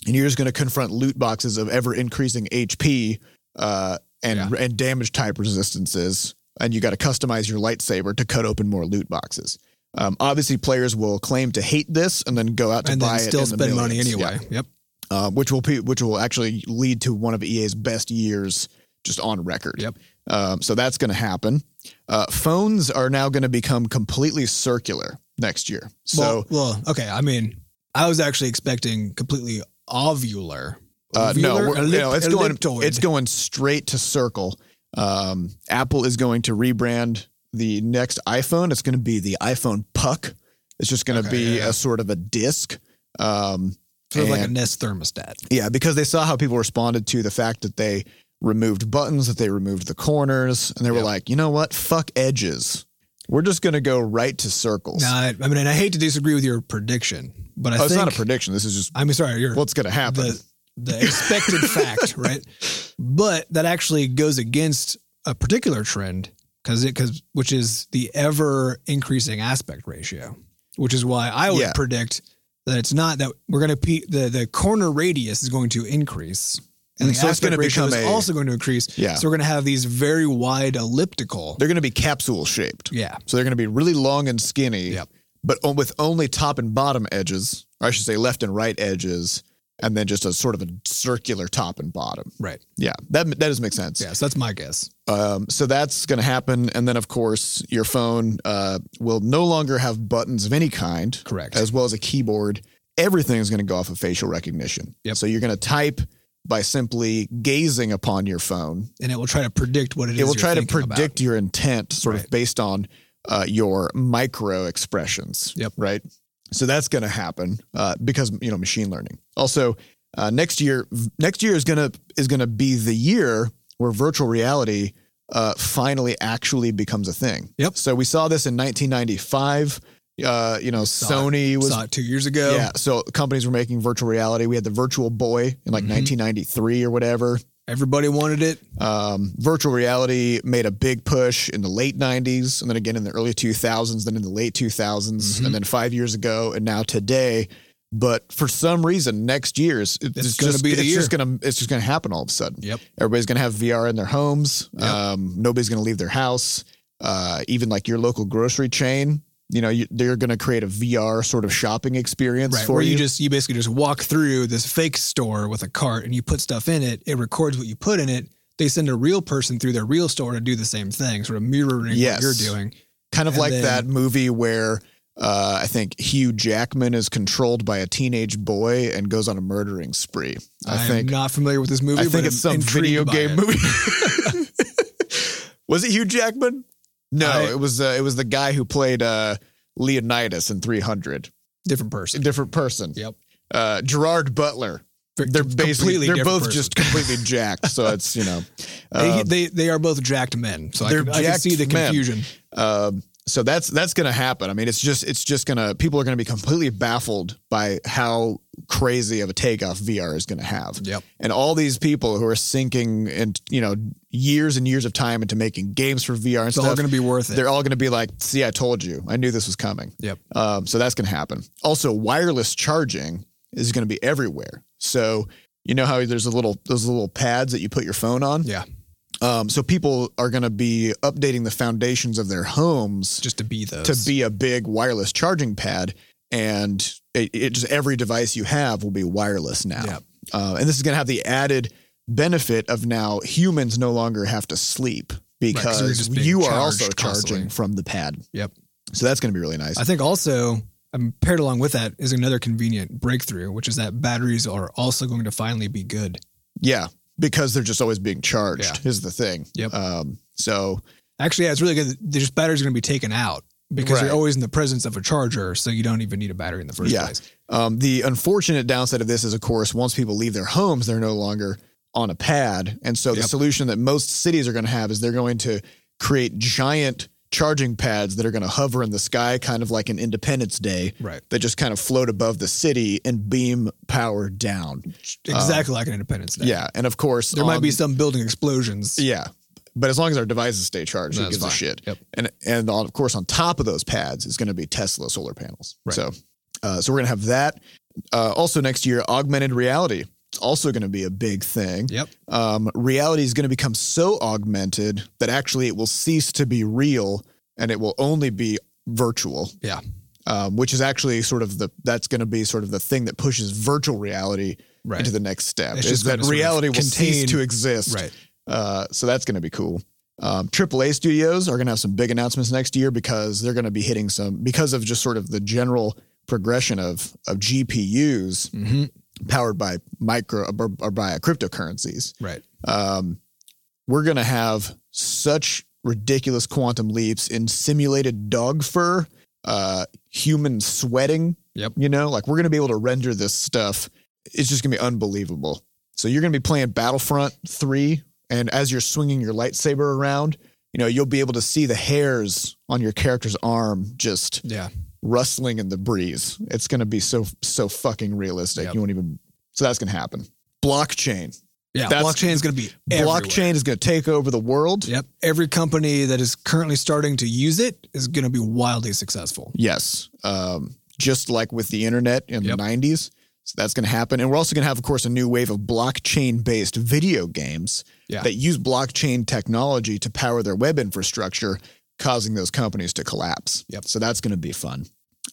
S2: And you're just going to confront loot boxes of ever increasing HP uh, and,
S1: Yeah.
S2: and damage type resistances, and you got to customize your lightsaber to cut open more loot boxes. Um, obviously, players will claim to hate this and then go out to
S1: And
S2: buy
S1: then
S2: it
S1: still
S2: in the
S1: spend money
S2: millions. Yeah
S1: anyway. Yep.
S2: uh, which will pe- which will actually lead to one of EA's best years just on record.
S1: Yep.
S2: Um, so that's going to happen. Uh, phones are now going to become completely circular next year. So
S1: well, well, okay. I mean, I was actually expecting completely ovular.
S2: uh, no,
S1: Ovular?
S2: we're, you know,
S1: Ellip-
S2: it's going
S1: elliptoid.
S2: it's going straight to circle. Um, Apple is going to rebrand the next iPhone. It's going to be the iPhone Puck. It's just going to
S1: Okay,
S2: be
S1: yeah, yeah.
S2: a sort of a disc. Um,
S1: sort of like a
S2: and-
S1: Nest thermostat.
S2: Yeah, because they saw how people responded to the fact that they removed buttons, that they removed the corners, and they were
S1: Yep.
S2: like, you know what? Fuck edges. Wewe're just going to go right to circles.
S1: Now, I, I mean, and I hate to disagree with your prediction, but I
S2: oh, it's
S1: think
S2: not a prediction. This is just
S1: I mean, sorry, your
S2: what's going to happen.
S1: the the expected
S2: (laughs)
S1: fact, right? But that actually goes against a particular trend because it because which is the ever increasing aspect ratio, which is why I would
S2: Yeah.
S1: predict that it's not that we're going to pe- the the corner radius is going to increase. And
S2: Mm,
S1: the
S2: so it's
S1: aspect
S2: gonna
S1: ratio is
S2: become a-
S1: also going to increase.
S2: Yeah.
S1: So we're going to have these very wide elliptical.
S2: they're going to be capsule shaped.
S1: Yeah.
S2: So they're going to be really long and skinny,
S1: Yep.
S2: but on, with only top and bottom edges, or I should say left and right edges, and then just a sort of a circular top and bottom.
S1: Right.
S2: Yeah, that, that does make sense.
S1: Yeah. So that's my guess.
S2: Um, so that's going to happen, and then of course your phone uh, will no longer have buttons of any kind,
S1: Correct.
S2: As well as a keyboard. Everything is going to go off of facial recognition.
S1: Yep.
S2: So you're going to type by simply gazing upon your phone.
S1: And it will try to predict what it is.
S2: It will
S1: you're
S2: try to
S1: thinking about.
S2: predict your intent, sort of
S1: Right.
S2: based on uh, your micro expressions.
S1: Yep.
S2: Right. So that's going to happen uh, because you know machine learning. Also, uh, next year, next year is gonna is gonna be the year where virtual reality uh, finally actually becomes a thing.
S1: Yep.
S2: So we saw this in 1995. Uh, you know,
S1: saw
S2: Sony was
S1: Saw it two years ago.
S2: yeah. So companies were making virtual reality. We had the Virtual Boy in like
S1: Mhm.
S2: 1993 or whatever.
S1: Everybody wanted it.
S2: Um, virtual reality made a big push in the late 90s and then again in the early 2000s, then in the late 2000s,
S1: Mhm.
S2: and then five years ago, and now today. But for some reason, next year's it's,
S1: gonna
S2: just,
S1: be the
S2: it's just
S1: year.
S2: gonna it's just gonna happen all of a sudden.
S1: Yep.
S2: Everybody's gonna have VR in their homes.
S1: Yep.
S2: Um, nobody's gonna leave their house. Uh, even like your local grocery chain, you know, you, they're gonna create a VR sort of shopping experience
S1: Right,
S2: for
S1: where you. just you basically just walk through this fake store with a cart and you put stuff in it. It records what you put in it. They send a real person through their real store to do the same thing, sort of mirroring
S2: Yes.
S1: what you're doing.
S2: kind of
S1: And
S2: like
S1: then-
S2: that movie where Uh, I think Hugh Jackman is controlled by a teenage boy and goes on a murdering spree. I,
S1: I'm
S2: think
S1: not familiar with this movie.
S2: I
S1: but
S2: think it's
S1: I'm
S2: some
S1: intrigued
S2: video
S1: by
S2: game
S1: it.
S2: movie.
S1: (laughs)
S2: (laughs) was it Hugh Jackman? No,
S1: I-
S2: it was uh, it was the guy who played uh, Leonidas in 300.
S1: Different
S2: A
S1: person.
S2: different person.
S1: Yep.
S2: Uh, Gerard Butler. They're basically
S1: Completely
S2: they're
S1: different
S2: both
S1: person.
S2: just completely jacked. So it's you
S1: (laughs)
S2: know,
S1: They,
S2: um,
S1: they they are both jacked men, so I
S2: They're
S1: can, I can
S2: jacked
S1: see the
S2: men.
S1: confusion.
S2: Um, so that's that's going to happen. I mean, it's just it's just going to people are going to be completely baffled by how crazy of a takeoff VR is going to have.
S1: Yep.
S2: And all these people who are sinking and you know years and years of time into making games for VR and
S1: It's all
S2: stuff,
S1: going to be worth it.
S2: they're all going to be like, "See, I told you. I knew this was coming."
S1: Yep.
S2: Um, so that's going to happen. Also, wireless charging is going to be everywhere. So you know how there's a little those little pads that you put your phone on.
S1: Yeah,
S2: Um, so people are going to be updating the foundations of their homes
S1: just to be those.
S2: to be a big wireless charging pad, and it, it just every device you have will be wireless now.
S1: Yep.
S2: Uh, and this is going to have the added benefit of now humans no longer have to sleep
S1: you're
S2: because
S1: just being
S2: you are
S1: charged
S2: also charging
S1: constantly.
S2: from the pad.
S1: Yep.
S2: So that's going to be really nice.
S1: I think also um, paired along with that is another convenient breakthrough, which is that batteries are also going to finally be good.
S2: yeah, because they're just always being charged is the thing.
S1: Yep.
S2: Um, so
S1: Actually, yeah, it's really good. They're Just batteries are going to be taken out because
S2: Right.
S1: you're always in the presence of a charger, so you don't even need a battery in the first
S2: Yeah.
S1: place.
S2: Um, the unfortunate downside of this is, of course, once people leave their homes, they're no longer on a pad. And so the
S1: Yep.
S2: solution that most cities are going to have is they're going to create giant charging pads that are going to hover in the sky, kind of like an Independence Day,
S1: Right.
S2: that just kind of float above the city and beam power down.
S1: Exactly like an Independence Day.
S2: Um, Yeah. And of course,
S1: There might
S2: on-
S1: be some building explosions.
S2: Yeah. But as long as our devices stay charged, who
S1: That's
S2: gives a
S1: fine.
S2: shit?
S1: Yep.
S2: and and on, of course on top of those pads is going to be Tesla solar panels.
S1: Right.
S2: So uh, so we're going to have that. Uh, also next year, augmented reality. It's also going to be a big thing.
S1: Yep.
S2: Um, reality is going to become so augmented that actually it will cease to be real and it will only be virtual.
S1: Yeah.
S2: Um, which is actually sort of the that's going to be sort of the thing that pushes virtual reality
S1: Right.
S2: into the next step.
S1: It's
S2: is
S1: just
S2: that
S1: gonna sort of
S2: reality will cease
S1: contain-
S2: to exist.
S1: right.
S2: Uh, so that's going to be cool. Um, AAA studios are going to have some big announcements next year because they're going to be hitting some because of just sort of the general progression of of GPUs
S1: hmm
S2: powered by micro or, or by cryptocurrencies.
S1: Right.
S2: Um, we're going to have such ridiculous quantum leaps in simulated dog fur, uh, human sweating.
S1: Yep.
S2: You know, like we're going to be able to render this stuff. It's just going to be unbelievable. So you're going to be playing Battlefront 3, and as you're swinging your lightsaber around, you know, you'll be able to see the hairs on your character's arm just
S1: Yeah.
S2: rustling in the breeze. It's going to be so, so fucking realistic.
S1: Yep.
S2: You won't even, so that's going to happen. Blockchain.
S1: Yeah.
S2: That's-
S1: Blockchain is going to be everywhere.
S2: Blockchain is going to take over the world.
S1: Yep. Every company that is currently starting to use it is going to be wildly successful.
S2: Yes. Um, just like with the internet in
S1: Yep.
S2: the 90s. So that's going to happen. And we're also going to have, of course, a new wave of blockchain based video games
S1: Yeah.
S2: that use blockchain technology to power their web infrastructure, causing those companies to collapse.
S1: Yep.
S2: So that's going to be fun.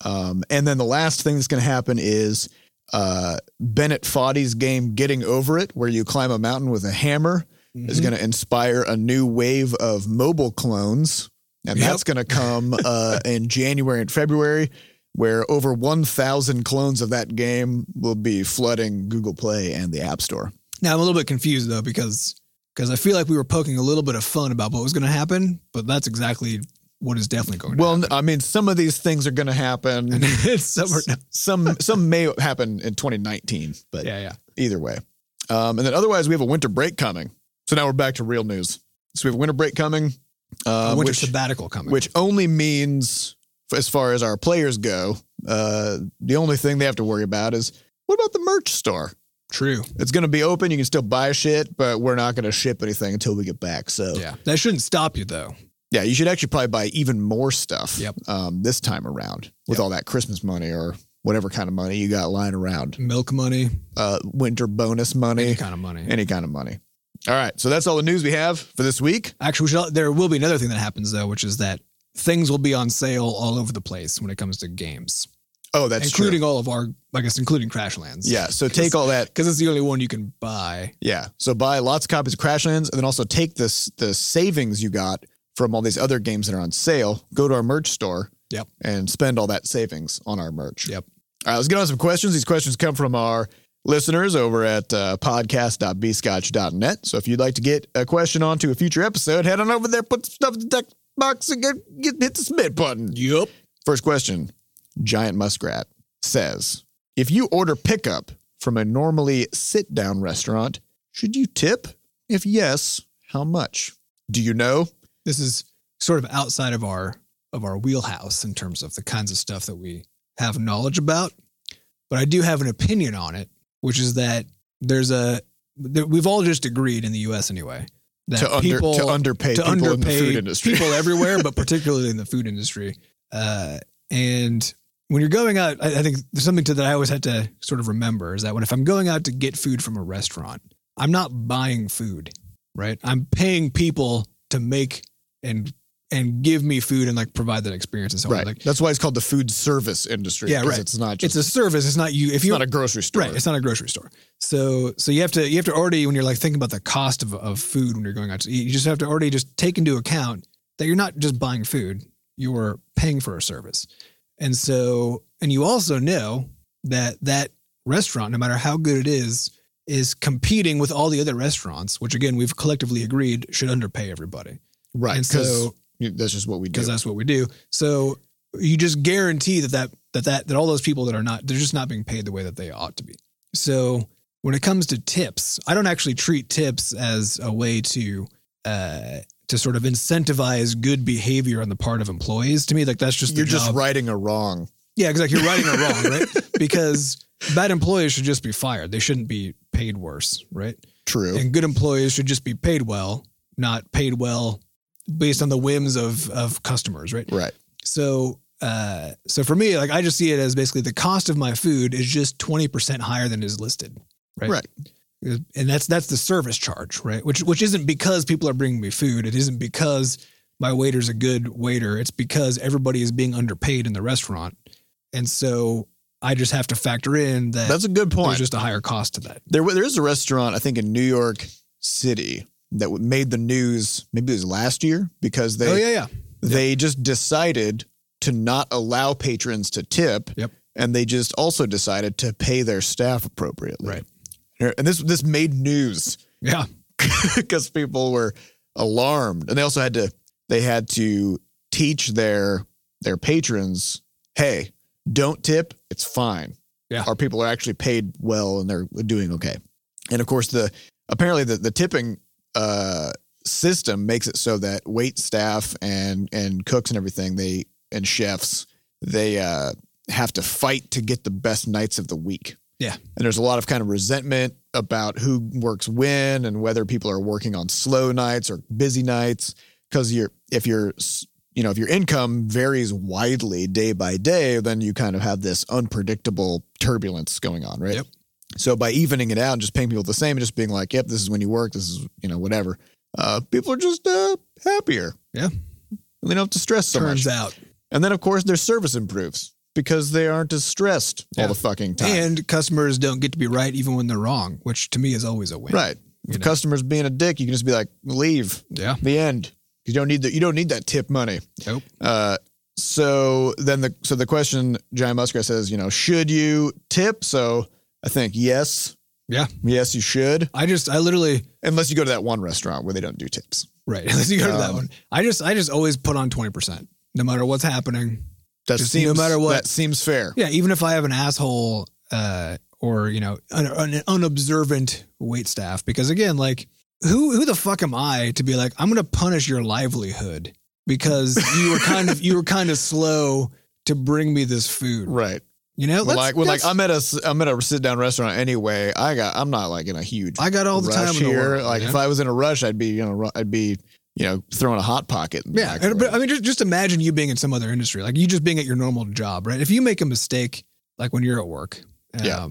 S2: Um, and then the last thing that's going to happen is uh, Bennett Foddy's game Getting Over It, where you climb a mountain with a hammer, is
S1: Mhm.
S2: going to inspire a new wave of mobile clones. And
S1: Yep.
S2: that's going to come
S1: (laughs)
S2: uh, in January and February, where over 1,000 clones of that game will be flooding Google Play and the App Store.
S1: Now I'm a little bit confused though because because I feel like we were poking a little bit of fun about what was going to happen, but that's exactly what is definitely going.
S2: Well, I mean, some of these things are going to happen.
S1: to happen. (laughs) it's somewhere.
S2: S- some some may happen in 2019, but
S1: Yeah, yeah.
S2: either way. Um, and then otherwise, we have a winter break coming. So now we're back to real news. So we have a winter break coming, uh,
S1: A winter
S2: which,
S1: sabbatical coming.
S2: which only means, f- as far as our players go, uh, the only thing they have to worry about is what about the merch store?
S1: true.
S2: It's going to be open. You can still buy shit, but we're not going to ship anything until we get back. So
S1: Yeah, that shouldn't stop you though.
S2: yeah, you should actually probably buy even more stuff
S1: Yep.
S2: um, this time around with
S1: Yep.
S2: all that Christmas money or whatever kind of money you got lying around.
S1: Milk money,
S2: Uh, winter bonus
S1: any
S2: money,
S1: kind of money.
S2: any kind of money. All right. So that's all the news we have for this week.
S1: Actually, we should, al- there will be another thing that happens though, which is that things will be on sale all over the place when it comes to games,
S2: Oh, that's
S1: including
S2: true.
S1: all of our, I guess, including Crashlands.
S2: Yeah. So take all that.
S1: because it's the only one you can buy.
S2: Yeah. So buy lots of copies of Crashlands and then also take this the savings you got from all these other games that are on sale. Go to our merch store
S1: Yep.
S2: and spend all that savings on our merch.
S1: Yep.
S2: All right, let's get on some questions. These questions come from our listeners over at uh, podcast.bscotch.net. So if you'd like to get a question onto a future episode, head on over there, put some stuff in the text box, and get, get, hit the submit button.
S1: Yep.
S2: First question Giant Muskrat says If you order pickup from a normally sit down restaurant, should you tip? If yes, how much? Do you know?
S1: This is sort of outside of our of our wheelhouse in terms of the kinds of stuff that we have knowledge about, but I do have an opinion on it, which is that there's a that we've all just agreed in the U.S. anyway that
S2: to, under,
S1: people
S2: to underpay
S1: to
S2: people in the
S1: underpay
S2: food industry.
S1: people
S2: (laughs)
S1: everywhere, but particularly in the food industry. Uh, and when you're going out, I, I think there's something to that I always had to sort of remember is that when if I'm going out to get food from a restaurant, I'm not buying food, right? I'm paying people to make and and give me food and like provide that experience and so on.
S2: right.
S1: Like
S2: That's why it's called the food service industry.
S1: Yeah,
S2: 'cause
S1: right.
S2: It's not
S1: it's
S2: just
S1: a service. It's not you. If
S2: it's
S1: you
S2: not a grocery store.
S1: Right, it's not a grocery store. So so you have to you have to already when you're like thinking about the cost of, of food when you're going out to eat, you just have to already just take into account that you're not just buying food, you're paying for a service. And so and you also know that that restaurant, no matter how good it is, is competing with all the other restaurants, which again we've collectively agreed should underpay everybody.
S2: right.
S1: and
S2: Because
S1: so
S2: that's just what we do.
S1: because that's what we do. So you just guarantee that that that that that all those people that are not they're just not being paid the way that they ought to be. So when it comes to tips, I don't actually treat tips as a way to uh, to sort of incentivize good behavior on the part of employees. To me, like that's just the
S2: You're just
S1: job.
S2: righting a wrong.
S1: yeah, exactly. You're righting or wrong,
S2: (laughs)
S1: right? Because bad employees should just be fired. They shouldn't be paid worse, right?
S2: True.
S1: And good employees should just be paid well, not paid well based on the whims of of customers, right?
S2: right.
S1: So, uh, so for me, like I just see it as basically the cost of my food is just twenty percent higher than is listed, right? Uh,
S2: Right.
S1: And that's that's the service charge, right? Which which isn't because people are bringing me food. It isn't because my waiter's a good waiter. It's because everybody is being underpaid in the restaurant, and so I just have to factor in that
S2: That's a good point.
S1: there's just a higher cost to that.
S2: there, wa- there is a restaurant I think in New York City that w- made the news. Maybe it was last year because they
S1: oh yeah, yeah.
S2: they just decided to not allow patrons to tip.
S1: Yep.
S2: And they just also decided to pay their staff appropriately.
S1: Right.
S2: And this this made news. (laughs)
S1: Yeah,
S2: because people were alarmed and they also had to they had to teach their their patrons hey don't tip it's fine
S1: Yeah.
S2: our people are actually paid well and they're doing okay and of course the apparently the, the tipping uh system makes it so that wait staff and and cooks and everything they and chefs they uh have to fight to get the best nights of the week
S1: Yeah.
S2: and there's a lot of kind of resentment about who works when and whether people are working on slow nights or busy nights because you're if you're s- you know if your income varies widely day by day then you kind of have this unpredictable turbulence going on right
S1: Yep.
S2: so by evening it out and just paying people the same and just being like yep this is when you work this is you know whatever uh, people are just uh, happier
S1: Yeah.
S2: and they don't have to stress so much
S1: turns out,
S2: and then of course their service improves because they aren't as stressed
S1: Yeah.
S2: all the fucking time
S1: and customers don't get to be right even when they're wrong, which to me is always a win.
S2: Right. If
S1: You
S2: the
S1: know?
S2: customer's being a dick, you can just be like, leave.
S1: Yeah.
S2: The end. You don't need that. You don't need that tip money.
S1: Nope.
S2: Uh, so then the so the question Giant Muskrat says, you know, should you tip? So I think yes.
S1: Yeah.
S2: Yes, you should.
S1: I just I literally
S2: Unless you go to that one restaurant where they don't do tips.
S1: Right. (laughs) Unless you go to that
S2: Um,
S1: one. I just I just always put on twenty percent, no matter what's happening.
S2: That
S1: Just no
S2: seems
S1: matter what.
S2: That seems fair.
S1: Yeah, even if I have an asshole uh, or you know an, an unobservant wait staff, because again, like who who the fuck am I to be like I'm going to punish your livelihood because you were kind of you were kind of slow to bring me this food.
S2: Right.
S1: You know, Let's-
S2: like we're
S1: let's-
S2: like I'm at a s- I'm at a sit down restaurant anyway. I got I'm not like in a huge
S1: I got all the
S2: rush
S1: time in the
S2: here.
S1: world,
S2: like
S1: you know?
S2: if I was in a rush, I'd be you know ru- I'd be you know throwing a hot pocket. In the
S1: Yeah, and,
S2: microwave.
S1: but uh, I mean, just just imagine you being in some other industry, like you just being at your normal job, right? If you make a mistake, like when you're at work, um,
S2: Yeah.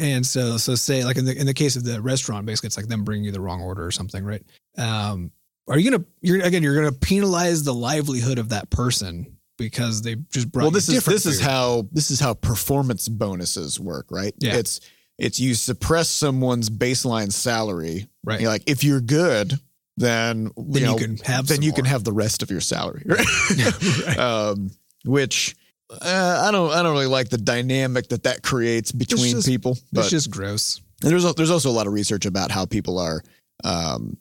S1: And so, so say like in the in the case of the restaurant, basically it's like them bringing you the wrong order or something, right? Um, are you gonna you're again you're gonna penalize the livelihood of that person because they just brought
S2: well
S1: you
S2: this is
S1: different
S2: this is
S1: food.
S2: how this is how performance bonuses work right
S1: Yeah.
S2: it's it's you suppress someone's baseline salary
S1: right
S2: you're like if you're good then,
S1: then
S2: you,
S1: you,
S2: know,
S1: can have
S2: then
S1: some
S2: you
S1: more.
S2: can have the rest of your salary right?
S1: (laughs) Yeah, right.
S2: (laughs) um which uh, I don't I don't really like the dynamic that that creates between
S1: just-
S2: people. But
S1: it's just gross.
S2: and there's al- there's also a lot of research about how people are, um,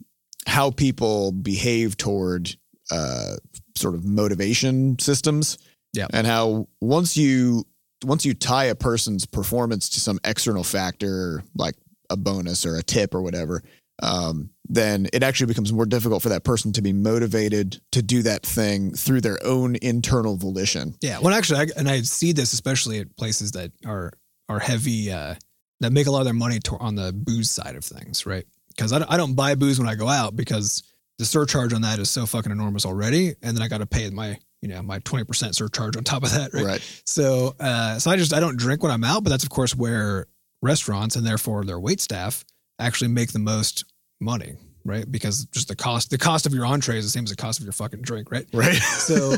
S2: how people behave toward uh, sort of motivation systems.
S1: Yeah.
S2: and how once you once you tie a person's performance to some external factor like a bonus or a tip or whatever, um, then it actually becomes more difficult for that person to be motivated to do that thing through their own internal volition.
S1: Yeah. Well, actually, I, and I see this especially at places that are are heavy uh, that make a lot of their money to, on the booze side of things, right? Because I, don't- I don't buy booze when I go out because the surcharge on that is so fucking enormous already, and then I got to pay my you know my twenty percent surcharge on top of that, right? So, uh, so I just I don't drink when I'm out, but that's of course where restaurants and therefore their wait staff actually make the most money, right? Because just the cost the cost of your entree is the same as the cost of your fucking drink, right?
S2: Right.
S1: So,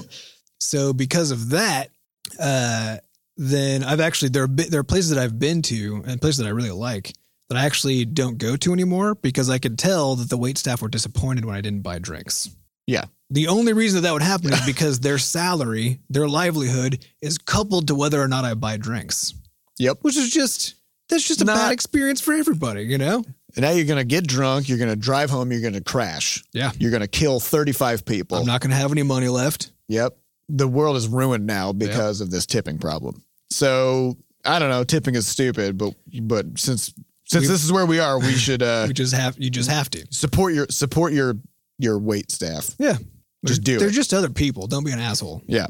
S1: so because of that, uh, then I've actually there are bi- there are places that I've been to and places that I really like that I actually don't go to anymore because I could tell that the wait staff were disappointed when I didn't buy drinks.
S2: Yeah.
S1: The only reason that that would happen
S2: (laughs)
S1: is because their salary, their livelihood, is coupled to whether or not I buy drinks,
S2: (laughs) Yep.
S1: which is just that's just a
S2: Not-
S1: bad experience for everybody, you know.
S2: Now you're going to get drunk. You're going to drive home. You're going to crash.
S1: Yeah.
S2: You're going to kill 35 people.
S1: I'm not going to have any money left.
S2: yep. The world is ruined now because of this tipping problem. So I don't know. Tipping is stupid, but but since since
S1: We-
S2: this is where we
S1: (laughs)
S2: are, we should uh,
S1: You just have you just have to.
S2: support your support your your wait staff.
S1: Yeah.
S2: Just do
S1: they're,
S2: it.
S1: They're just other people. Don't be an asshole.
S2: Yeah.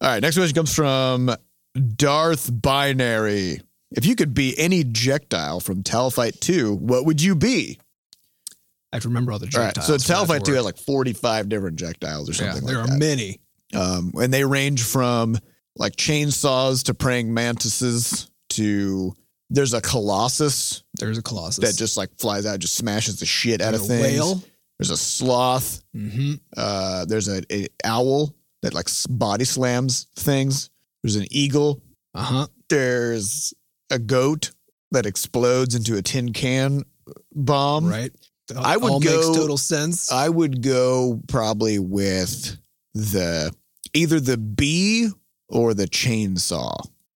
S2: All right. Next question comes from Darth Binary. If you could be any Jectile from Talfight 2, what would you be?
S1: I have to remember all the
S2: All
S1: drink
S2: right. So Talfight 2
S1: has
S2: has like 45 different Jectiles or something
S1: there
S2: like
S1: are
S2: that.
S1: many.
S2: um, and they range from like chainsaws to praying mantises to there's a colossus
S1: There's a colossus.
S2: that just like flies out, just smashes the shit out
S1: There's
S2: of
S1: a
S2: things.
S1: whale.
S2: There's a sloth.
S1: Mm-hmm.
S2: Uh, there's a, a owl that like s- body slams things. There's an eagle.
S1: Uh huh.
S2: There's a goat that explodes into a tin can bomb.
S1: right. That
S2: Um, I would
S1: all
S2: go- uh,
S1: makes total sense.
S2: I would go probably with the either the bee or the chainsaw.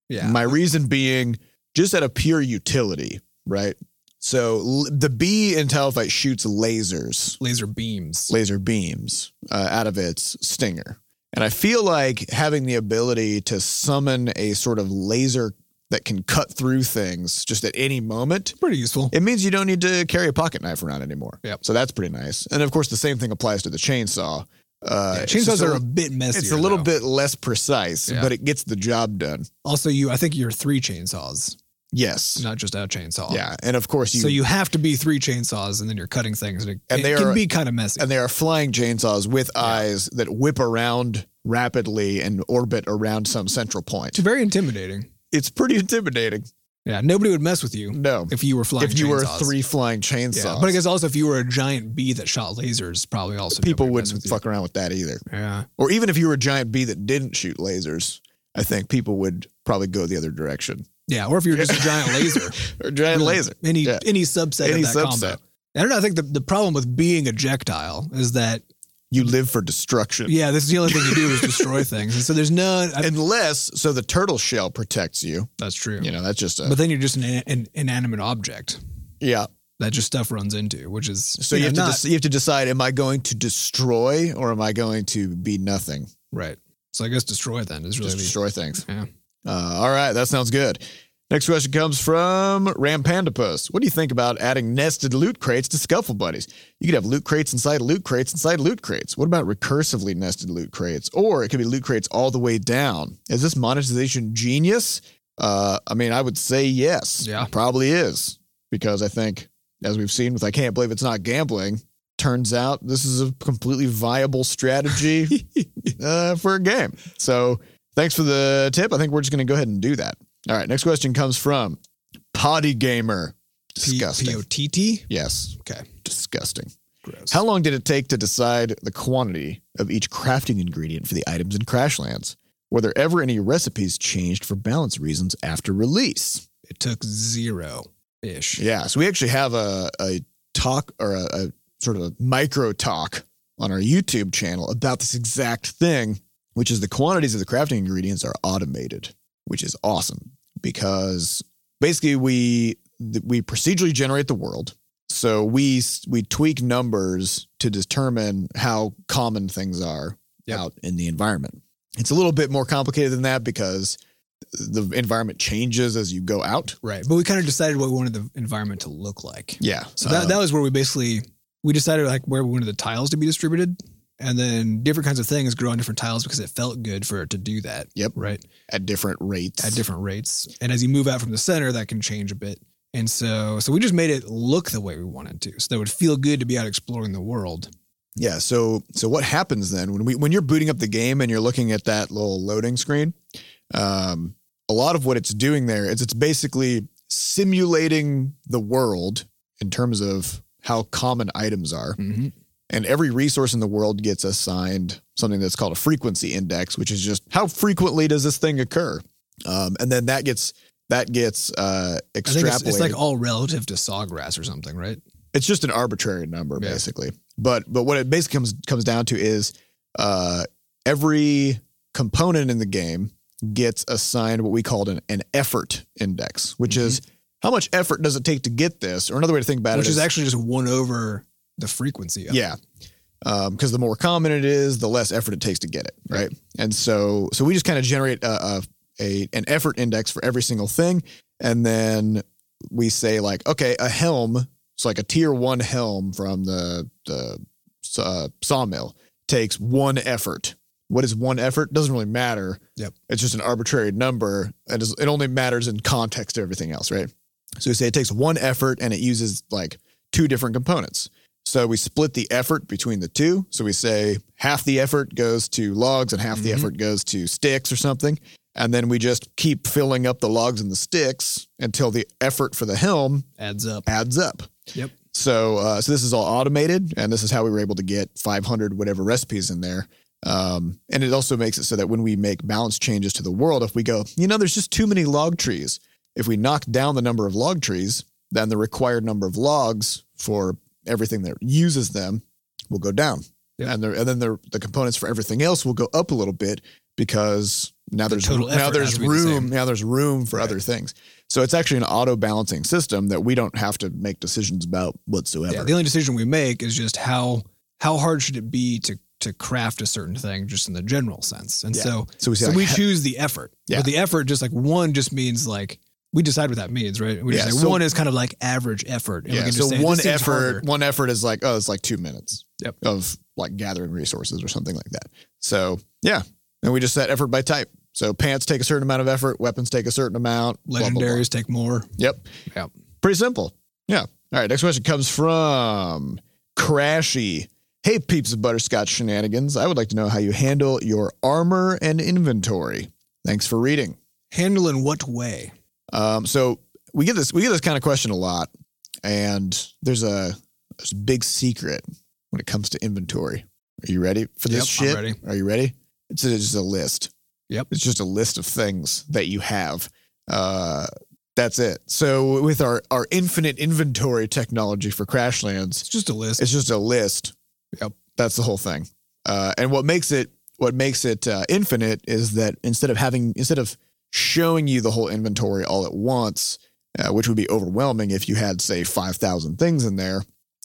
S1: yeah.
S2: My reason being just out of pure utility, right? So l- the bee in Talfight shoots lasers,
S1: Laser beams.
S2: laser beams uh, out of its stinger. And I feel like having the ability to summon a sort of laser that can cut through things just at any moment
S1: Pretty useful.
S2: it means you don't need to carry a pocket knife around anymore.
S1: Yep.
S2: So that's pretty nice. And of course, the same thing applies to the chainsaw. Uh,
S1: Yeah,
S2: it's
S1: chainsaws
S2: just a
S1: are a
S2: little-
S1: bit messy.
S2: It's a little bit less precise,
S1: Yeah.
S2: but it gets the job done.
S1: Also, you. I think you're three chainsaws,
S2: Yes.
S1: not just a chainsaw.
S2: Yeah. And of course, you,
S1: so you have to be three chainsaws, and then you're cutting things, and it,
S2: And
S1: it
S2: they
S1: can
S2: are-
S1: be kind of messy.
S2: and they are flying chainsaws with eyes that whip around rapidly and orbit around some central
S1: it's
S2: point.
S1: very intimidating.
S2: It's pretty intimidating.
S1: Yeah, nobody would mess with you
S2: No.
S1: if you were flying.
S2: If you were
S1: chainsaws.
S2: three flying
S1: yeah.
S2: chainsaws,
S1: But I guess also if you were a giant bee that shot lasers, probably also
S2: people
S1: nobody would mess
S2: wouldn't
S1: with you.
S2: fuck around with that either.
S1: Yeah.
S2: Or even if you were a giant bee that didn't shoot lasers, I think people would probably go the other direction.
S1: Yeah, or if you're just a giant
S2: (laughs)
S1: laser.
S2: or giant
S1: Really,
S2: laser.
S1: Any
S2: Yeah.
S1: any subset
S2: Any
S1: of that
S2: subset.
S1: combo. I don't know. I think the, the problem with being a jectile is that
S2: You live for destruction.
S1: yeah, this is the only thing you do
S2: (laughs)
S1: is destroy things, and so there's no I-
S2: Unless, so the turtle shell protects you.
S1: that's true.
S2: You know, that's just a,
S1: But then you're just an, an inanimate object
S2: yeah.
S1: that just stuff runs into, which is
S2: So
S1: you
S2: you,
S1: know,
S2: have to
S1: not-
S2: dec- you have to decide: am I going to destroy or am I going to be nothing?
S1: right. So I guess destroy then is really
S2: Just destroy things.
S1: Yeah.
S2: Uh, all right, that sounds good. Next question comes from Rampandapus. What do you think about adding nested loot crates to Scuffle Buddies? You could have loot crates inside loot crates inside loot crates. What about recursively nested loot crates? Or it could be loot crates all the way down. Is this monetization genius? Uh, I mean, I would say yes.
S1: Yeah.
S2: It probably is. Because I think, as we've seen with I Can't Believe It's Not Gambling, turns out this is a completely viable strategy uh, for a game. So thanks for the tip. I think we're just going to go ahead and do that. All right. Next question comes from Potty Gamer.
S1: P-
S2: Disgusting.
S1: P-O-T-T?
S2: yes.
S1: Okay.
S2: Disgusting.
S1: Gross.
S2: How long did it take to decide the quantity of each crafting ingredient for the items in Crashlands? Were there ever any recipes changed for balance reasons after release?
S1: it took zero ish.
S2: Yeah. So we actually have a, a talk or a, a sort of a micro talk on our YouTube channel about this exact thing. which is the quantities of the crafting ingredients are automated, which is awesome because basically we th- we procedurally generate the world. So we s- we tweak numbers to determine how common things are
S1: Yep.
S2: out in the environment. It's a little bit more complicated than that because the environment changes as you go out.
S1: Right. But we kind of decided what we wanted the environment to look like.
S2: Yeah.
S1: So that, that was where we basically we decided like where we wanted the tiles to be distributed, and then different kinds of things grew on different tiles because it felt good for it to do that.
S2: Yep.
S1: Right.
S2: at different rates.
S1: At different rates, and as you move out from the center, that can change a bit. And so, so we just made it look the way we wanted to, so that it would feel good to be out exploring the world.
S2: Yeah. So so what happens then when we when you're booting up the game and you're looking at that little loading screen? Um, a lot of what it's doing there is it's basically simulating the world in terms of how common items are,
S1: Mm-hmm.
S2: and every resource in the world gets assigned something that's called a frequency index, which is just how frequently does this thing occur, um, and then that gets that gets uh,
S1: I
S2: extrapolated.
S1: think it's, it's like all relative to sawgrass or something, right?
S2: it's just an arbitrary number
S1: Yeah.
S2: basically but but what it basically comes comes down to is uh every component in the game gets assigned what we called an, an effort index which is how much effort does it take to get this or another way to think about
S1: Mm-hmm. Which
S2: it
S1: is actually just one over the frequency. Of
S2: yeah because the more common it is the less effort it takes to get it right, and so so we just kind of generate a, a, a an effort index for every single thing and then we say like okay a helm so like a tier one helm from the the uh, sawmill takes one effort what is one effort doesn't really matter
S1: Yep.
S2: it's just an arbitrary number and it's- it only matters in context to everything else right so we say it takes one effort and it uses like two different components so we split the effort between the two. So we say half the effort goes to logs and half the
S1: Mhm.
S2: effort goes to sticks or something. And then we just keep filling up the logs and the sticks until the effort for the helm
S1: adds up.
S2: adds up.
S1: Yep.
S2: So uh, so this is all automated, and this is how we were able to get 500 whatever recipes in there. Um, and it also makes it so that when we make balance changes to the world, if we go, you know, there's just too many log trees. If we knock down the number of log trees, then the required number of logs for everything that uses them will go down.
S1: Yeah.
S2: And, the, and then the, the components for everything else will go up a little bit because now
S1: The
S2: there's
S1: total
S2: now
S1: effort has
S2: there's
S1: to be the
S2: room
S1: same.
S2: now there's room for
S1: Right.
S2: other things. So it's actually an auto balancing system that we don't have to make decisions about whatsoever.
S1: Yeah, the only decision we make is just how how hard should it be to to craft a certain thing just in the general sense. And
S2: Yeah.
S1: so
S2: so we say
S1: so
S2: like,
S1: we
S2: ha-
S1: choose the effort.
S2: Yeah.
S1: But the effort just like one just means like we decide what that means, right? We just
S2: Yeah,
S1: say
S2: so-
S1: one is kind of like average effort. and we
S2: yeah,
S1: can just
S2: so
S1: say, this
S2: one
S1: seems
S2: effort
S1: harder.
S2: one effort is like oh it's like 2 minutes
S1: Yep.
S2: of like gathering resources or something like that. So yeah, and we just set effort by type. So pants take a certain amount of effort, weapons take a certain amount, blah, blah,
S1: Legendaries
S2: blah.
S1: take more.
S2: Yep.
S1: Yeah.
S2: Pretty simple. Yeah. All right. Next question comes from Crashy. Hey, peeps of butterscotch shenanigans. I would like to know how you handle your armor and inventory. Thanks for reading.
S1: Handle in what way?
S2: Um, so we get this we get this kind of question a lot, and there's a, there's a big secret when it comes to inventory. Are you ready for this
S1: Yep, I'm
S2: shit?
S1: ready.
S2: Are you ready? It's a- just a list.
S1: Yep.
S2: It's just a list of things that you have. Uh, that's it. So with our our infinite inventory technology for Crashlands,
S1: It's just a list.
S2: it's just a list.
S1: Yep.
S2: That's the whole thing. Uh, and what makes it what makes it uh, infinite is that instead of having instead of showing you the whole inventory all at once, uh, which would be overwhelming if you had say five thousand things in there,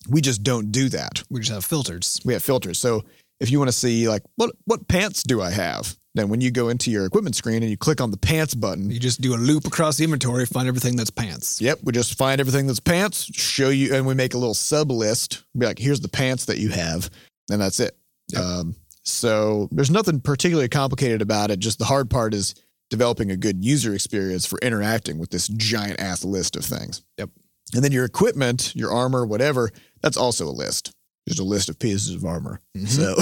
S2: we just don't do that.
S1: we just have filters.
S2: We have filters. So if you want to see like what what pants do I have, then when you go into your equipment screen and you click on the pants button,
S1: You just do a loop across the inventory, find everything that's pants.
S2: Yep, we just find everything that's pants, show you, and we make a little sub list. Be like, here's the pants that you have, and that's it.
S1: Yep.
S2: Um, so there's nothing particularly complicated about it. Just the hard part is developing a good user experience for interacting with this giant ass list of things.
S1: Yep.
S2: And then your equipment, your armor, whatever, that's also a list. Just a list of pieces of armor. So,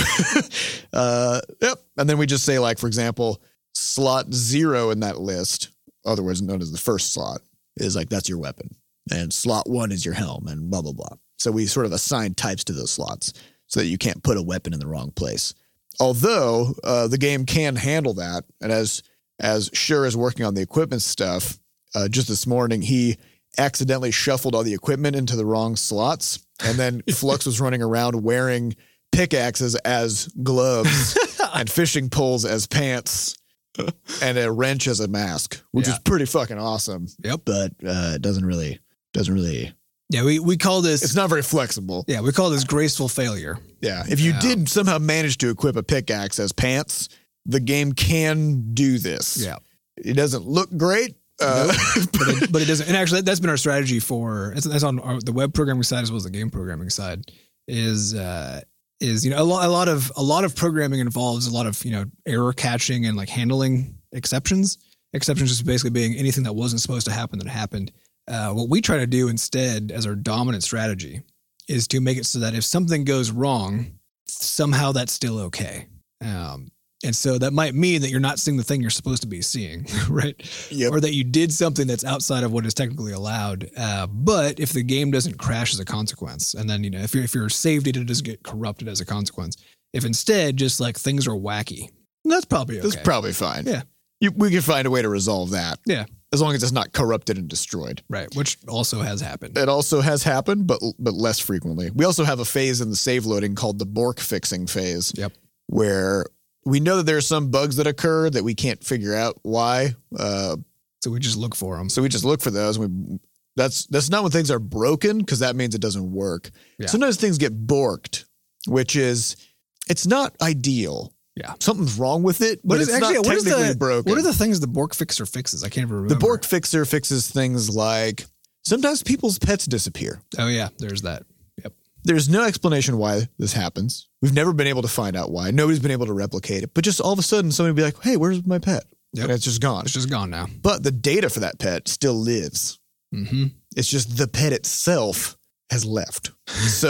S2: (laughs) uh, yep. And then we just say, like, for example, slot zero in that list, otherwise known as the first slot, is like that's your weapon. And slot one is your helm and blah, blah, blah. So we sort of assign types to those slots so that you can't put a weapon in the wrong place. Although uh, the game can handle that. And as as sure as working on the equipment stuff, uh, just this morning, he accidentally shuffled all the equipment into the wrong slots.
S1: (laughs)
S2: And then Flux was running around wearing pickaxes as gloves and fishing poles as pants and a wrench as a mask, which
S1: Yeah.
S2: is pretty fucking awesome.
S1: Yep.
S2: But uh, it doesn't really doesn't really
S1: Yeah, we, we call this
S2: it's not very flexible.
S1: yeah, we call this graceful failure.
S2: Yeah. If you
S1: Yeah.
S2: did somehow manage to equip a pickaxe as pants, the game can do this. It doesn't look great. Uh,
S1: (laughs) but it, but it doesn't. And actually, that's been our strategy for that's, that's on our, the web programming side as well as the game programming side. Is uh, is you know a, lo- a lot of a lot of programming involves a lot of you know error catching and like handling exceptions. Exceptions just basically being anything that wasn't supposed to happen that happened. Uh, what we try to do instead as our dominant strategy is to make it so that if something goes wrong, somehow that's still okay. Um, and so that might mean that you're not seeing the thing you're supposed to be seeing, (laughs) right?
S2: (laughs)
S1: (laughs)
S2: Yep.
S1: or that you did something that's outside of what is technically allowed. Uh, but if the game doesn't crash as a consequence, and then you know if your if your save data doesn't get corrupted as a consequence, if instead just like things are wacky, that's probably okay.
S2: That's probably fine.
S1: Yeah.
S2: You, we can find a way to resolve that.
S1: Yeah.
S2: As long as it's not corrupted and destroyed.
S1: right, which also has happened.
S2: It also has happened, but but less frequently. We also have a phase in the save loading called the Bork fixing phase.
S1: Yep.
S2: Where we know that there are some bugs that occur that we can't figure out why. Uh,
S1: So we just look for them.
S2: so we just look for those. And we that's that's not when things are broken because that means it doesn't work.
S1: Yeah.
S2: Sometimes things get borked, which is it's not ideal.
S1: Yeah.
S2: Something's wrong with it, but
S1: What is-
S2: it's actually, not
S1: what is
S2: technically
S1: the-
S2: broken.
S1: What are the things the Bork fixer fixes? I can't even remember.
S2: The Bork fixer fixes things like sometimes people's pets disappear.
S1: Oh yeah, there's that. Yep.
S2: There's no explanation why this happens. We've never been able to find out why. Nobody's been able to replicate it. But just all of a sudden, somebody will be like, hey, where's my pet?
S1: Yep.
S2: And it's just gone.
S1: It's just gone now.
S2: But the data for that pet still lives.
S1: Mm-hmm.
S2: It's just the pet itself has left. So,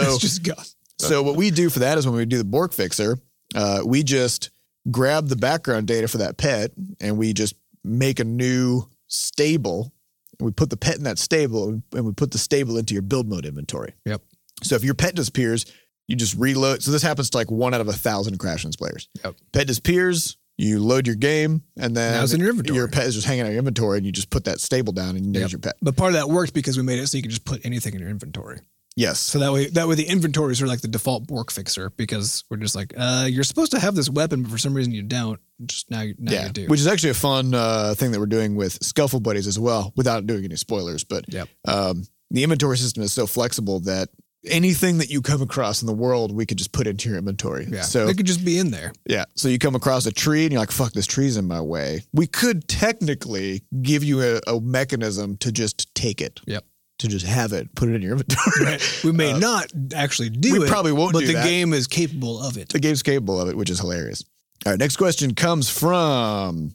S1: (laughs) it's just gone.
S2: so what we do for that is when we do the Bork fixer, uh, we just grab the background data for that pet and we just make a new stable. And we put the pet in that stable and we put the stable into your build mode inventory.
S1: Yep.
S2: So if your pet disappears, you just reload. So this happens to like one out of a thousand Crash Lands players.
S1: Yep.
S2: Pet disappears, you load your game, and then
S1: Now it's in your inventory.
S2: your pet is just hanging out in your inventory, and you just put that stable down, and there's
S1: Yep.
S2: your pet.
S1: But part of that worked because we made it so you could just put anything in your inventory.
S2: Yes.
S1: So that way, that way the inventories are like the default Bork fixer because we're just like, uh, you're supposed to have this weapon, but for some reason you don't. Just now, now
S2: yeah,
S1: you do.
S2: which is actually a fun uh, thing that we're doing with Scuffle Buddies as well, without doing any spoilers. But
S1: Yep.
S2: um, the inventory system is so flexible that anything that you come across in the world, we could just put into your inventory.
S1: yeah.
S2: So
S1: it could just be in there.
S2: Yeah. So you come across a tree and you're like, fuck, this tree's in my way. We could technically give you a, a mechanism to just take it.
S1: Yep.
S2: To just have it, put it in your inventory.
S1: We may
S2: Uh,
S1: not actually do
S2: (laughs) we
S1: it.
S2: probably won't
S1: But
S2: do
S1: the
S2: that.
S1: game is capable of it.
S2: The game's capable of it, which is hilarious. All right. Next question comes from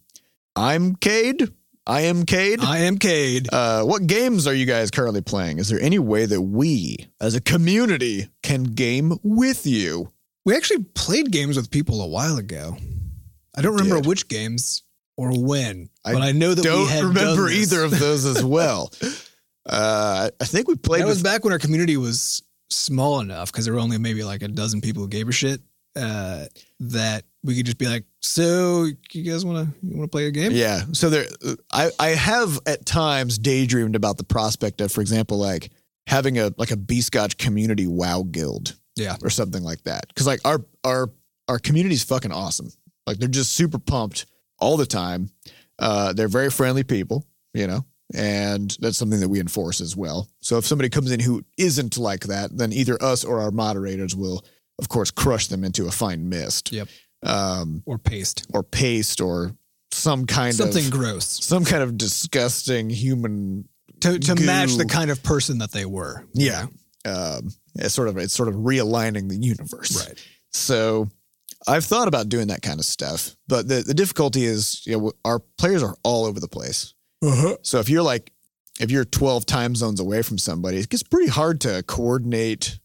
S2: I'm Cade. I am Cade.
S1: I am Cade.
S2: Uh, what games are you guys currently playing? Is there any way that we, as a community, can game with you?
S1: We actually played games with people a while ago. I don't
S2: We
S1: remember
S2: did.
S1: which games or when,
S2: I
S1: but I know that we
S2: Don't
S1: had
S2: remember
S1: done this.
S2: either of those
S1: (laughs)
S2: as well. uh, I think we played
S1: That
S2: with
S1: was back when our community was small enough because there were only maybe like a dozen people who gave a shit uh, that we could just be like, "So you guys want to you want to play a game?"
S2: Yeah. So there, I I have at times daydreamed about the prospect of, for example, like having a like a B Scotch community WoW guild,
S1: Yeah.
S2: or something like that. Because like our our our community's fucking awesome. Like they're just super pumped all the time. Uh, they're very friendly people, you know, and that's something that we enforce as well. So if somebody comes in who isn't like that, then either us or our moderators will, of course, crush them into a fine mist.
S1: Yep.
S2: Um,
S1: Or paste
S2: or paste or some kind of
S1: something gross
S2: some kind of disgusting human
S1: to to
S2: goo.
S1: match the kind of person that they were.
S2: yeah um it's sort of it's sort of realigning the universe (laughs)
S1: right.
S2: so i've thought about doing that kind of stuff but the, the difficulty is you know our players are all over the place
S1: Uh-huh.
S2: so if you're like if you're 12 time zones away from somebody it gets pretty hard to coordinate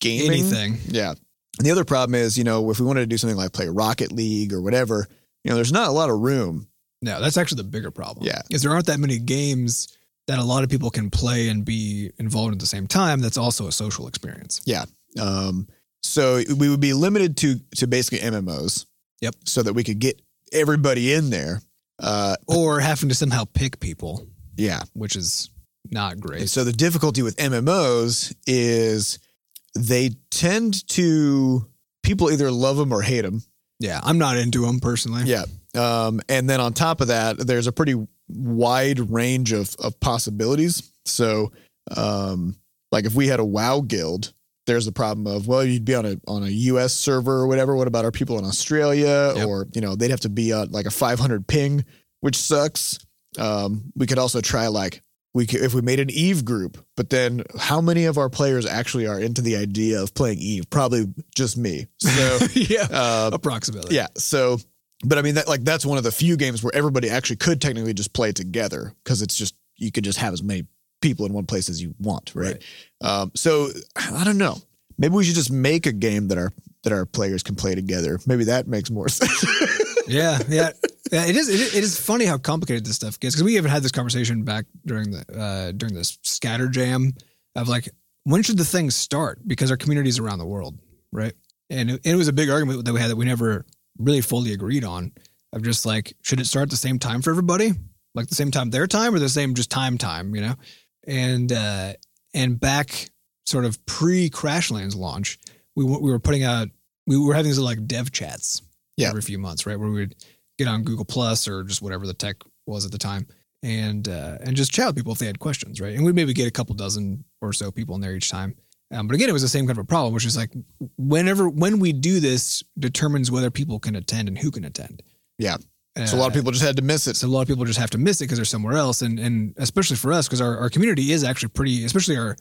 S2: gaming
S1: Anything.
S2: Yeah. And the other problem is, you know, if we wanted to do something like play Rocket League or whatever, you know, there's not a lot of room.
S1: No, that's actually the bigger problem.
S2: Yeah.
S1: Because there aren't that many games that a lot of people can play and be involved at the same time. That's also a social
S2: (laughs)
S1: experience.
S2: Um, so we would be limited to to basically MMOs.
S1: Yep.
S2: So that we could get everybody in there. Uh,
S1: Or having to somehow pick people,
S2: yeah.
S1: which is not
S2: And
S1: great.
S2: so the difficulty with MMOs is they tend to people either love them or hate them,
S1: Yeah, I'm not into them personally.
S2: Yeah. Um, and then on top of that, there's a pretty wide range of, of possibilities. So, um, like if we had a WoW guild, there's the problem of well, you'd be on a on a U.S. server or whatever. What about our people in Australia?
S1: Yep.
S2: Or you know, they'd have to be at like a 500 ping, which sucks. Um, we could also try like we could, if we made an Eve group, but then how many of our players actually are into the idea of playing Eve? Probably just me. So.
S1: (laughs) yeah,
S2: Uh,
S1: approximately.
S2: yeah. So, but I mean, that like that's one of the few games where everybody actually could technically just play together because it's just you could just have as many people in one place as you want, right? Um, so I don't know. Maybe we should just make a game that our that our players can play together. Maybe that makes more (laughs) sense.
S1: yeah, (laughs) yeah, yeah. It is. It is, it is funny how complicated this stuff gets because we even had this conversation back during the uh, during this scatter jam of like when should the thing start because our communities around the world, right? And it, it was a big argument that we had that we never really fully agreed on of just like should it start at the same time for everybody, like the same time their time or the same just time time, you know? And uh, and back sort of pre Crashlands launch, we w- we were putting out we were having these like dev chats
S2: Yeah.
S1: every few months, right? Where we would get on Google Plus or just whatever the tech was at the time, and uh, and just chat with people if they had questions, right? And we'd maybe get a couple dozen or so people in there each time. Um, but again, it was the same kind of a problem, which is like whenever when we do this determines whether people can attend and who can attend. Uh,
S2: Yeah. so a lot of people just had to miss it.
S1: So a lot of people just have to miss it because they're somewhere else, and and especially for us because our, our community is actually pretty, especially our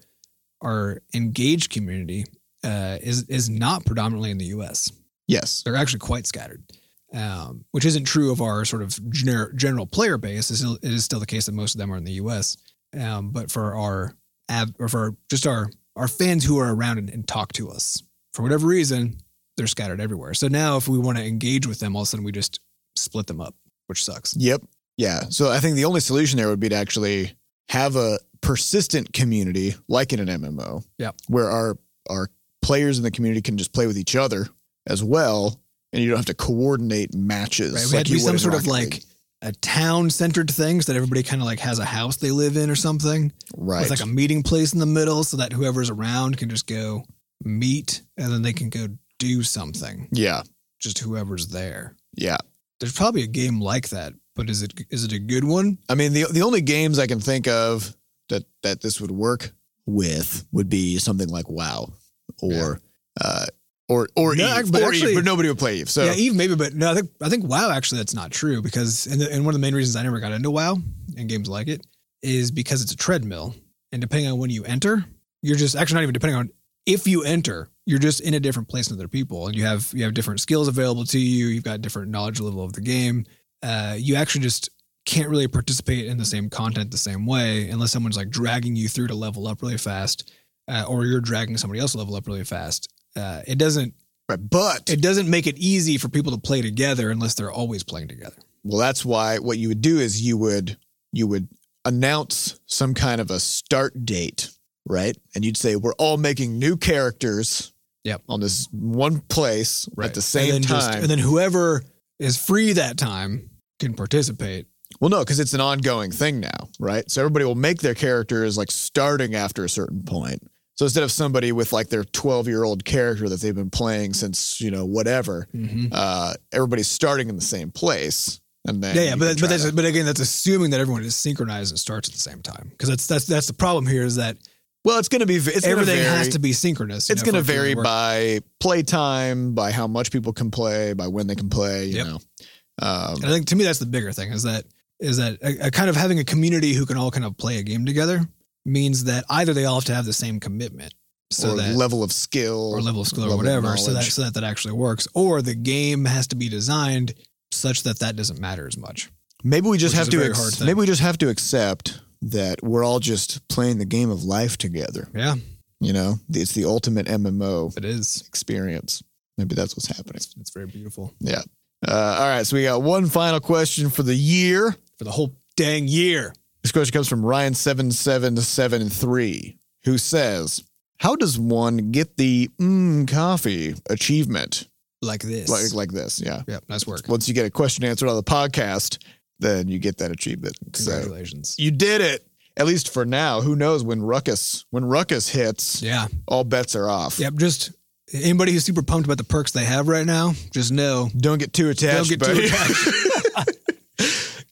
S1: our engaged community uh, is is not predominantly in the U.S.
S2: Yes.
S1: They're actually quite scattered, um, which isn't true of our sort of gener- general player base. It's still, it is still the case that most of them are in the U.S. Um, but for our ab- or for just our our fans who are around and, and talk to us for whatever reason, they're scattered everywhere. So now if we want to engage with them, all of a sudden we just split them up, which sucks.
S2: Yep. Yeah. So I think the only solution there would be to actually have a persistent community like in an MMO.
S1: Yep.
S2: Where our our players in the community can just play with each other as well and you don't have to coordinate matches.
S1: Right.
S2: like
S1: We had to
S2: you
S1: be
S2: would
S1: some
S2: in
S1: sort of
S2: Rocket
S1: like
S2: League.
S1: a town centered thing so that everybody kind of like has a house they live in or something.
S2: right.
S1: With like a meeting place in the middle so that whoever's around can just go meet and then they can go do something.
S2: yeah.
S1: Just whoever's there.
S2: Yeah.
S1: There's probably a game like that, but is it is it a good one?
S2: I mean the the only games I can think of that that this would work with would be something like WoW or uh or or,
S1: No,
S2: Eve,
S1: but
S2: or Eve,
S1: actually-
S2: but nobody would play Eve. So
S1: yeah, E Eve maybe, but no, I think I think WoW actually that's not true because and, the, and one of the main reasons I never got into WoW and games like it is because it's a treadmill, and depending on when you enter, you're just actually not even depending on if you enter, you're just in a different place than other people, and you have you have different skills available to you, you've got different knowledge level of the game, uh, you actually just can't really participate in the same content the same way unless someone's like dragging you through to level up really fast, uh, or you're dragging somebody else to level up really fast. Uh, it doesn't
S2: but, but
S1: it doesn't make it easy for people to play together unless they're always playing together.
S2: Well, that's why what you would do is you would you would announce some kind of a start date, right? And you'd say we're all making new characters
S1: Yep.
S2: on this one place at the
S1: and
S2: same
S1: then
S2: time.
S1: just- and then whoever is free that time can participate.
S2: well, no, because it's an ongoing thing now, right? So everybody will make their characters like starting after a certain point. So instead of somebody with like their 12 year old character that they've been playing since, you know, whatever,
S1: Mm-hmm.
S2: uh, everybody's starting in the same place. And then
S1: Yeah, yeah,
S2: you can
S1: but
S2: try
S1: but that's
S2: to-
S1: but again, that's assuming that everyone is synchronized and starts at the same time because that's that's that's the problem here is that
S2: well, it's going to be, it's gonna
S1: everything
S2: vary.
S1: has to be synchronous. you
S2: it's
S1: know,
S2: going to
S1: for it really
S2: vary
S1: work.
S2: by playtime, by how much people can play, by when they can play. You
S1: Yep.
S2: know, um,
S1: And I think to me that's the bigger thing is that is that a, a kind of having a community who can all kind of play a game together means that either they all have to have the same commitment, so
S2: or
S1: that
S2: level of skill,
S1: or level of skill or
S2: level of
S1: whatever, so that
S2: knowledge.
S1: so that that actually works. Or the game has to be designed such that that doesn't matter as much.
S2: Maybe we just
S1: which is
S2: have
S1: a
S2: to.
S1: very
S2: ex-
S1: hard thing.
S2: maybe we just have to accept that we're all just playing the game of life together.
S1: Yeah,
S2: You know, it's the ultimate MMO
S1: it is.
S2: experience. Maybe that's what's happening.
S1: It's, it's very beautiful
S2: Yeah. Uh, all right. So we got one final question for the year.
S1: for the whole dang year.
S2: This question comes from Ryan7773, who says, How does one get the mm, coffee achievement?
S1: Like this.
S2: Like, like this, yeah.
S1: yep, nice work.
S2: Once you get a question answered on the podcast, then you get that achievement. So
S1: Congratulations.
S2: you did it, at least for now. Who knows when Ruckus when Ruckus hits,
S1: Yeah.
S2: all bets are off.
S1: Yep. Just anybody who's super pumped about the perks they have right now, just know
S2: Don't get too
S1: don't
S2: attached.
S1: get too
S2: buddy. (laughs)
S1: attached.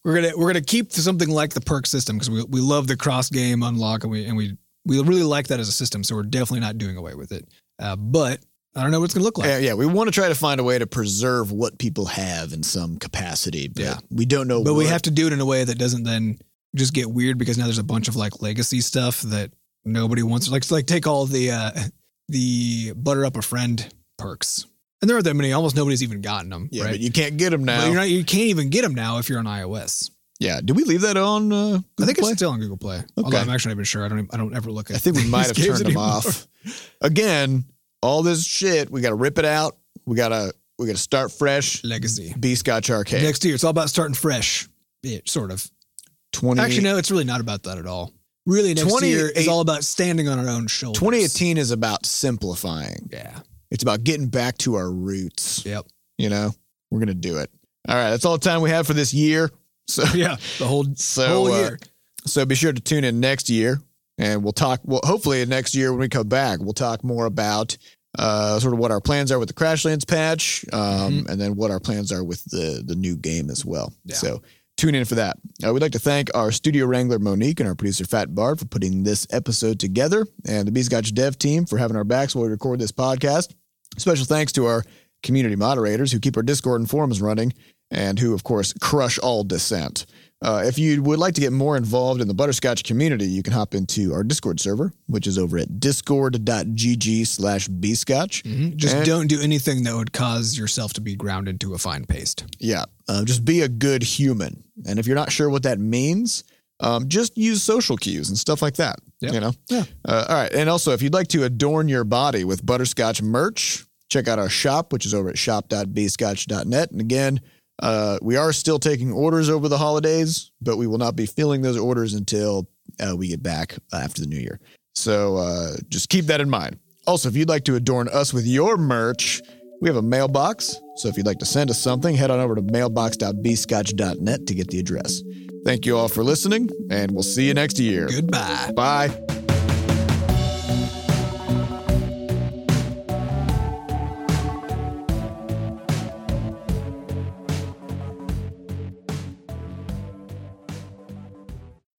S1: we're gonna we're gonna keep something like the perk system because we we love the cross game unlock and we and we we really like that as a system. So we're definitely not doing away with it. Uh, but I don't know what it's gonna look like.
S2: Yeah, yeah, we want to try to find a way to preserve what people have in some capacity, but
S1: Yeah.
S2: we don't know.
S1: but we
S2: what.
S1: have to do it in a way that doesn't then just get weird because now there's a bunch of like legacy stuff that nobody wants. Like like take all the uh, (laughs) the butter up a friend perks, and there aren't that many. Almost nobody's even gotten them.
S2: Yeah,
S1: right?
S2: but you can't get them
S1: But
S2: now.
S1: you're not, you can't even get them now if you're on iOS.
S2: yeah, did we leave that on? Uh,
S1: I think
S2: Google Play?
S1: it's still on Google Play. Although
S2: Okay.
S1: I'm actually not even sure. I don't. even- I don't ever look at.
S2: I
S1: (laughs)
S2: think we might
S1: these
S2: have
S1: games
S2: turned them
S1: anymore.
S2: off. Again, all this shit, we got to rip it out. We gotta we gotta start
S1: (laughs)
S2: fresh.
S1: Legacy
S2: Be Scotch Arcade.
S1: next year. It's all about starting fresh. Yeah, sort of.
S2: Twenty.
S1: Actually, no. It's really not about that at all. Really, next year is
S2: 28
S1: all about standing on our own shoulders.
S2: 2018 is about simplifying.
S1: Yeah.
S2: It's about getting back to our roots.
S1: Yep. (laughs)
S2: You know, we're gonna do it. All right, that's all the time we have for this year. So
S1: Yeah. The whole
S2: so
S1: whole
S2: uh,
S1: year.
S2: So be sure to tune in next year, and we'll talk. Well, hopefully next year when we come back, we'll talk more about uh, sort of what our plans are with the Crashlands patch, um, and then what our plans are with the the new game as well.
S1: Yeah.
S2: So tune in for that. Uh, we'd like to thank our studio wrangler Monique and our producer Fat Bard for putting this episode together, and the Beast Gotcha Dev team for having our backs while we record this podcast. Special thanks to our community moderators who keep our Discord and forums running and who, of course, crush all dissent. Uh, if you would like to get more involved in the butterscotch community, you can hop into our Discord server, which is over at discord.gg slash bscotch.
S1: Mhm. Just
S2: And-
S1: don't do anything that would cause yourself to be ground into a fine paste.
S2: Yeah. Uh, just be a good human. And if you're not sure what that means, um, just use social cues and stuff like that.
S1: Yeah.
S2: You know?
S1: Yeah.
S2: Uh, all right. And also, if you'd like to adorn your body with butterscotch merch, check out our shop, which is over at shop.bscotch.net. And again, uh, we are still taking orders over the holidays, but we will not be filling those orders until uh, we get back after the new year. So uh, just keep that in mind. Also, if you'd like to adorn us with your merch, we have a mailbox. So if you'd like to send us something, head on over to mailbox.bscotch.net to get the address. Thank you all for listening, and we'll see you next year.
S1: Goodbye.
S2: Bye.